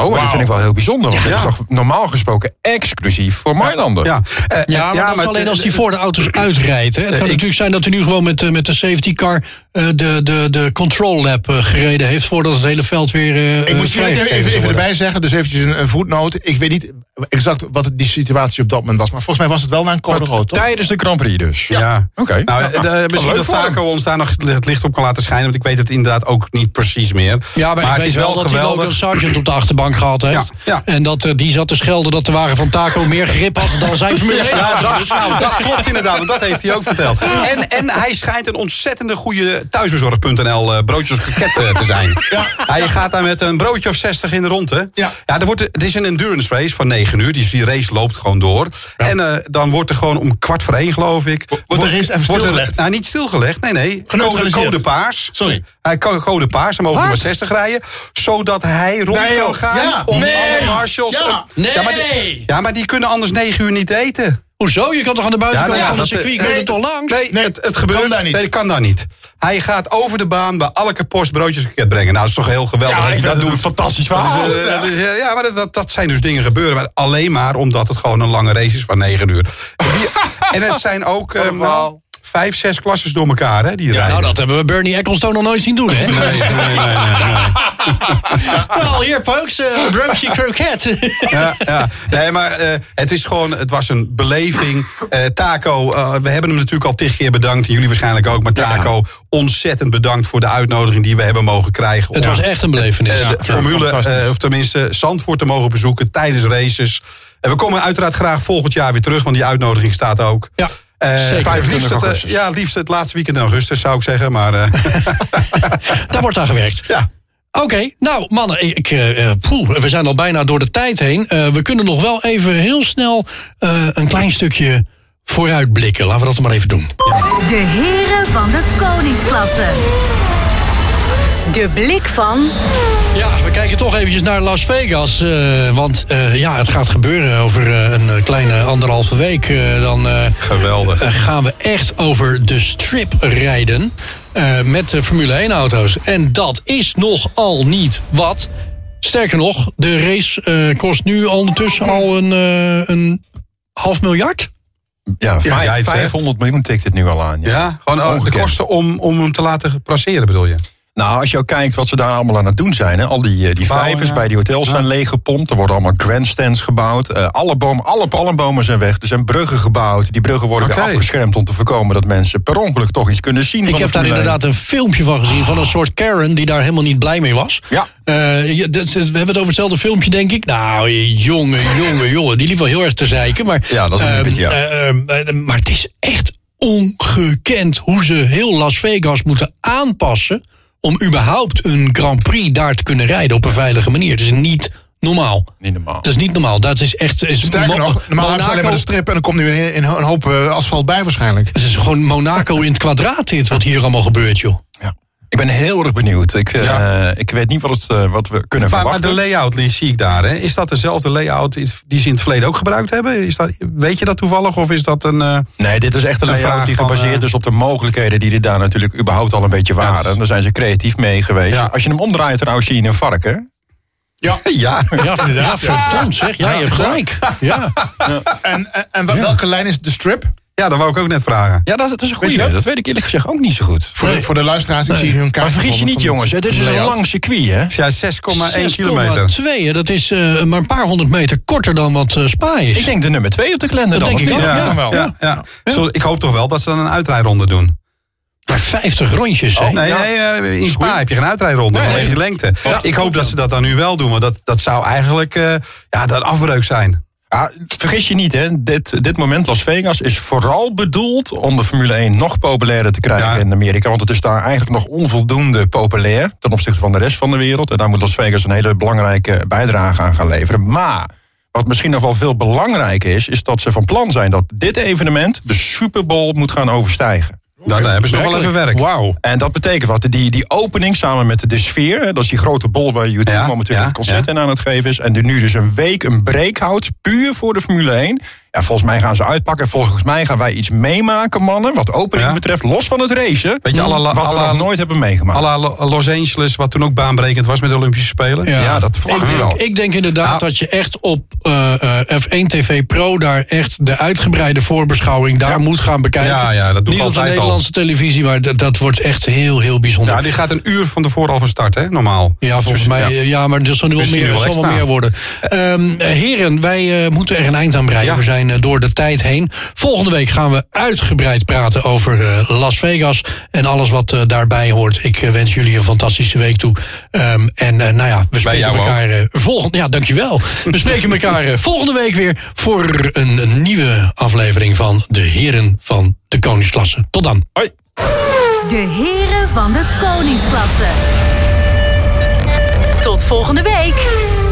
S6: Oh, dat vind ik wel heel bijzonder. Want
S4: Ja.
S6: dat is toch normaal gesproken exclusief voor Mailander.
S4: Ja, Eh, eh,
S2: Ja, maar dat is alleen als die voor de auto's uitrijdt. Hè. Het kan
S4: ik-
S2: natuurlijk zijn dat hij nu gewoon met, eh, met de safety car eh, de, de, de control lab eh, gereden heeft voordat het hele veld weer. eh,
S3: Ik moet je
S2: vrijgegeven
S3: even,
S2: zou
S3: even, even
S2: worden.
S3: erbij zeggen, dus eventjes een, een voetnoot. Ik weet niet exact wat die situatie op dat moment was. Maar volgens mij was het wel naar een code rood, toch?
S6: Tijdens de Grand Prix dus.
S4: Ja.
S6: Oké.
S4: Nou, eh, de- misschien
S6: leuk
S4: dat
S6: voor hem.
S4: Taco ons daar nog het licht op kan laten schijnen. Want ik weet het inderdaad ook niet precies meer.
S2: Ja, maar, ik
S4: het
S2: weet
S4: is
S2: wel,
S4: wel
S2: dat hij ook een
S4: geweldig.
S2: sergeant op de achterbank gehad heeft.
S4: Ja, ja.
S2: En dat eh, die zat te schelden dat de wagen van Taco meer grip had dan zijn dus Formule 1.
S4: Ja, dat, nou, dat klopt inderdaad, want dat heeft hij ook verteld. En, en hij schijnt een ontzettende goede thuisbezorg.nl eh, broodjes of kroket eh, te zijn. Hij gaat daar met een broodje of 60 in de ronde.
S3: Ja.
S4: Ja, er wordt, het is een endurance race van 9 uur, dus die race loopt gewoon door. En eh, dan wordt er gewoon om kwart voor één, geloof ik...
S3: wordt de race even
S4: wordt er-
S3: stilgelegd?
S4: nou, niet stilgelegd, nee, nee. Code,
S3: Geneutraliseerd.
S4: code paars.
S3: Sorry.
S4: Hij kan code paars, hij mogen we maar 60 rijden. Zodat hij rond
S3: Nee,
S4: kan
S3: joh.
S4: gaan
S3: Ja.
S4: om
S3: Nee.
S4: alle marshals...
S3: Ja.
S4: eh, maar die, ja, maar die kunnen anders 9 uur niet eten.
S2: Hoezo? Je kan toch aan de buitenkant
S4: Ja, nou ja,
S2: van het
S4: dat, eh,
S2: circuit? kun je
S4: nee.
S2: er toch langs?
S4: Nee,
S3: Nee,
S4: het, het gebeurt
S3: kan daar niet.
S4: Nee, dat kan daar niet. Hij gaat over de baan bij Alke Post broodjes pakket brengen. Nou, dat is toch heel geweldig. dat je dat doet.
S6: fantastisch
S4: Dat is, eh,
S3: Oh.
S4: dat is, eh, ja, maar dat- dat, dat zijn dus dingen gebeuren. Maar alleen maar omdat het gewoon een lange race is van 9 uur. En het zijn ook. eh, nou, vijf, zes klasses door elkaar hè, die rijden.
S2: Nou, dat hebben we Bernie Ecclestone nog nooit zien doen, hè?
S4: Nee, nee, nee, nee, nee.
S2: Wel, hier, folks, uh, broodje croquet.
S4: Ja, ja. Nee, maar eh, het is gewoon, het was een beleving. Eh, Taco, eh, we hebben hem natuurlijk al tig keer bedankt. En jullie waarschijnlijk ook. Maar Taco, ontzettend bedankt voor de uitnodiging die we hebben mogen krijgen.
S2: Het
S4: om,
S2: was echt een belevenis.
S4: eh, de formule, eh, of tenminste Zandvoort te mogen bezoeken tijdens races. En we komen uiteraard graag volgend jaar weer terug, want die uitnodiging staat ook.
S2: Ja,
S4: Eh,
S2: zeker.
S4: maar
S2: 20
S4: het liefst het, eh,
S2: augustus.
S4: ja, het liefst het laatste weekend in augustus zou ik zeggen. Maar eh,
S2: Daar wordt aan gewerkt.
S4: ja,
S2: Oké, nou mannen, ik, eh, eh, poeh, we zijn al bijna door de tijd heen. Eh, we kunnen nog wel even heel snel eh, een klein stukje vooruitblikken. Laten we dat maar even doen.
S1: De heren van de koningsklasse. De blik van
S2: Ja, we kijken toch eventjes naar Las Vegas. eh, want eh, ja, het gaat gebeuren over eh, een kleine anderhalve week. eh, dan eh,
S4: geweldig.
S2: eh, gaan we echt over de strip rijden eh, met de Formule 1-auto's. En dat is nogal niet wat. Sterker nog, de race eh, kost nu ondertussen al een, eh, een half miljard.
S6: Ja,
S4: Ja, jij het zegt.
S6: 500 miljoen tikt het nu al aan.
S4: Ja, gewoon eh, de
S6: Ongekend.
S4: kosten om, om hem te laten passeren bedoel je?
S6: Nou, als je ook kijkt wat ze daar allemaal aan het doen zijn. Hè? Al die, eh, die
S4: Bouwen,
S6: vijvers
S4: ja.
S6: bij die hotels zijn leeggepompt. Er worden allemaal grandstands gebouwd. Eh, alle, bomen, alle palmbomen zijn weg. Er zijn bruggen gebouwd. Die bruggen worden
S4: Oké.
S6: weer afgeschermd om te voorkomen dat mensen per ongeluk toch iets kunnen zien.
S2: Ik
S6: van
S2: heb
S6: de
S2: daar
S6: Formule
S2: inderdaad een filmpje van gezien van een soort Karen die daar helemaal niet blij mee was.
S6: Ja.
S2: Eh, je- dat- we hebben het over hetzelfde filmpje, denk ik. Nou, jongen, jongen, jongen. Die liep wel heel erg te zeiken. Maar,
S6: Ja, dat is een
S2: ehm,
S6: beetje, ja.
S2: eh, ehm, eh, maar het is echt ongekend hoe ze heel Las Vegas moeten aanpassen... om überhaupt een Grand Prix daar te kunnen rijden op een veilige manier. Het is niet normaal.
S6: Niet normaal.
S2: Dat is niet normaal. Dat is echt... Is
S3: Sterker
S2: Mo-
S3: nog, normaal hebben ze alleen maar de
S2: Monaco-
S3: strip... en er komt nu een, een hoop eh, asfalt bij waarschijnlijk.
S2: het is gewoon Monaco in het kwadraat dit, wat hier allemaal gebeurt, joh.
S6: Ja. Ik ben heel erg benieuwd. Ik, eh, ik weet niet wat, het, eh, wat we kunnen
S4: Maar, maar
S6: verwachten.
S4: de layout die zie ik daar. Hè? Is dat dezelfde layout die ze in het verleden ook gebruikt hebben? Is dat, weet je dat toevallig? Of is dat een. eh,
S6: Nee, dit is echt een,
S4: Een
S6: layout
S4: vraag
S6: die
S4: van,
S6: gebaseerd
S4: eh, dus-
S6: is op de mogelijkheden die er daar natuurlijk überhaupt al een beetje waren. Daar zijn ze creatief mee geweest.
S4: Ja.
S6: Als je hem omdraait trouwens zie je een varken.
S3: Ja.
S6: Ja.
S2: Ja, inderdaad. Ja, verdomd zeg. Ja, je hebt gelijk. Ja.
S3: En, en, en wel- welke lijn is de strip?
S4: ja, dat wou ik ook net vragen.
S6: Ja, dat, dat is een goede.
S3: je dat?
S6: Dat? weet ik eerlijk gezegd ook niet zo goed.
S3: Voor,
S2: Nee.
S3: de, voor de luisteraars, ik zie hier hun kaart.
S6: Maar vergis je
S3: gevonden
S6: niet,
S3: van-
S6: jongens. hè, Dit
S2: dus
S6: is
S3: van de
S6: een
S3: layout.
S6: lang circuit, hè?
S4: Ja, 6,1 kilometer.
S2: 6,2, hè, dat is eh, maar een paar honderd meter korter dan wat eh, Spa is.
S6: Ik denk de nummer twee op de kalender
S2: Dat
S6: dan.
S2: denk
S6: of
S2: ik
S6: niet?
S2: ook,
S3: Ja,
S6: Ja.
S3: dan wel.
S4: Ja, ja. Zo, ik hoop toch wel dat ze dan een uitrijronde doen.
S2: Maar 50 rondjes, hè?
S4: nee,
S6: Oh, ja.
S4: nee, eh, in Spa heb je geen uitrijronde vanwege die lengte. Ik hoop dat ze dat dan nu wel doen, want dat, dat zou eigenlijk eh, ja, dat een afbreuk zijn.
S6: Ja, vergis je niet, hè? Dit, dit moment Las Vegas is vooral bedoeld om de Formule 1 nog populairder te krijgen
S4: Ja.
S6: in Amerika. Want het is daar eigenlijk nog onvoldoende populair ten opzichte van de rest van de wereld. En daar moet Las Vegas een hele belangrijke bijdrage aan gaan leveren. Maar wat misschien nog wel veel belangrijker is, is dat ze van plan zijn dat dit evenement de Super Bowl moet gaan overstijgen.
S4: Nou, daar hebben ze nog wel even werk.
S6: Wauw. En dat betekent wat? Die, die opening samen met de sfeer, hè, dat is die grote bol waar YouTube
S4: Ja,
S6: momenteel
S4: ja,
S6: het concert
S4: ja.
S6: in aan het geven is. En die nu dus een week een break houdt, puur voor de Formule 1. Ja, volgens mij gaan ze uitpakken. Volgens mij gaan wij iets meemaken, mannen, wat opening
S4: Ja.
S6: betreft, los van het racen.
S4: Weet je, à la-
S6: wat
S4: à
S6: we
S4: la-
S6: nog nooit hebben meegemaakt.
S4: À la Lo- Los Angeles, wat toen ook baanbrekend was met de Olympische Spelen.
S2: Ja.
S6: ja, dat verwacht
S2: ik,
S6: ik
S2: denk,
S6: wel.
S2: ik denk inderdaad
S4: Nou.
S2: dat je echt op eh, eh, F1 TV Pro daar echt de uitgebreide voorbeschouwing daar moet gaan bekijken.
S4: Ja, ja, dat doe ik
S2: Niet op de
S4: altijd al.
S2: Nederlandse televisie, maar dat, dat wordt echt heel, heel bijzonder.
S4: Ja, die gaat een uur van tevoren al van start, hè, normaal.
S2: Ja, volgens
S4: Dus,
S2: mij. eh,
S4: ja.
S2: Ja, maar er zal nu wel
S4: Misschien
S2: meer,
S4: wel
S2: zal wel
S4: extra.
S2: meer worden. Ehm, heren, wij eh, moeten er een eind aan breien.
S4: Ja.
S2: We zijn eh, door de tijd heen. Volgende week gaan we uitgebreid praten over eh, Las Vegas. En alles wat eh, daarbij hoort. Ik eh, wens jullie een fantastische week toe. Ehm, en eh, nou ja, we spreken
S4: jou ook.
S2: elkaar eh, volgende... Ja, dankjewel. We spreken elkaar eh, volgende week weer... voor een nieuwe aflevering van de heren van de koningsklasse. Tot dan.
S1: de heren van de koningsklasse. Tot volgende week.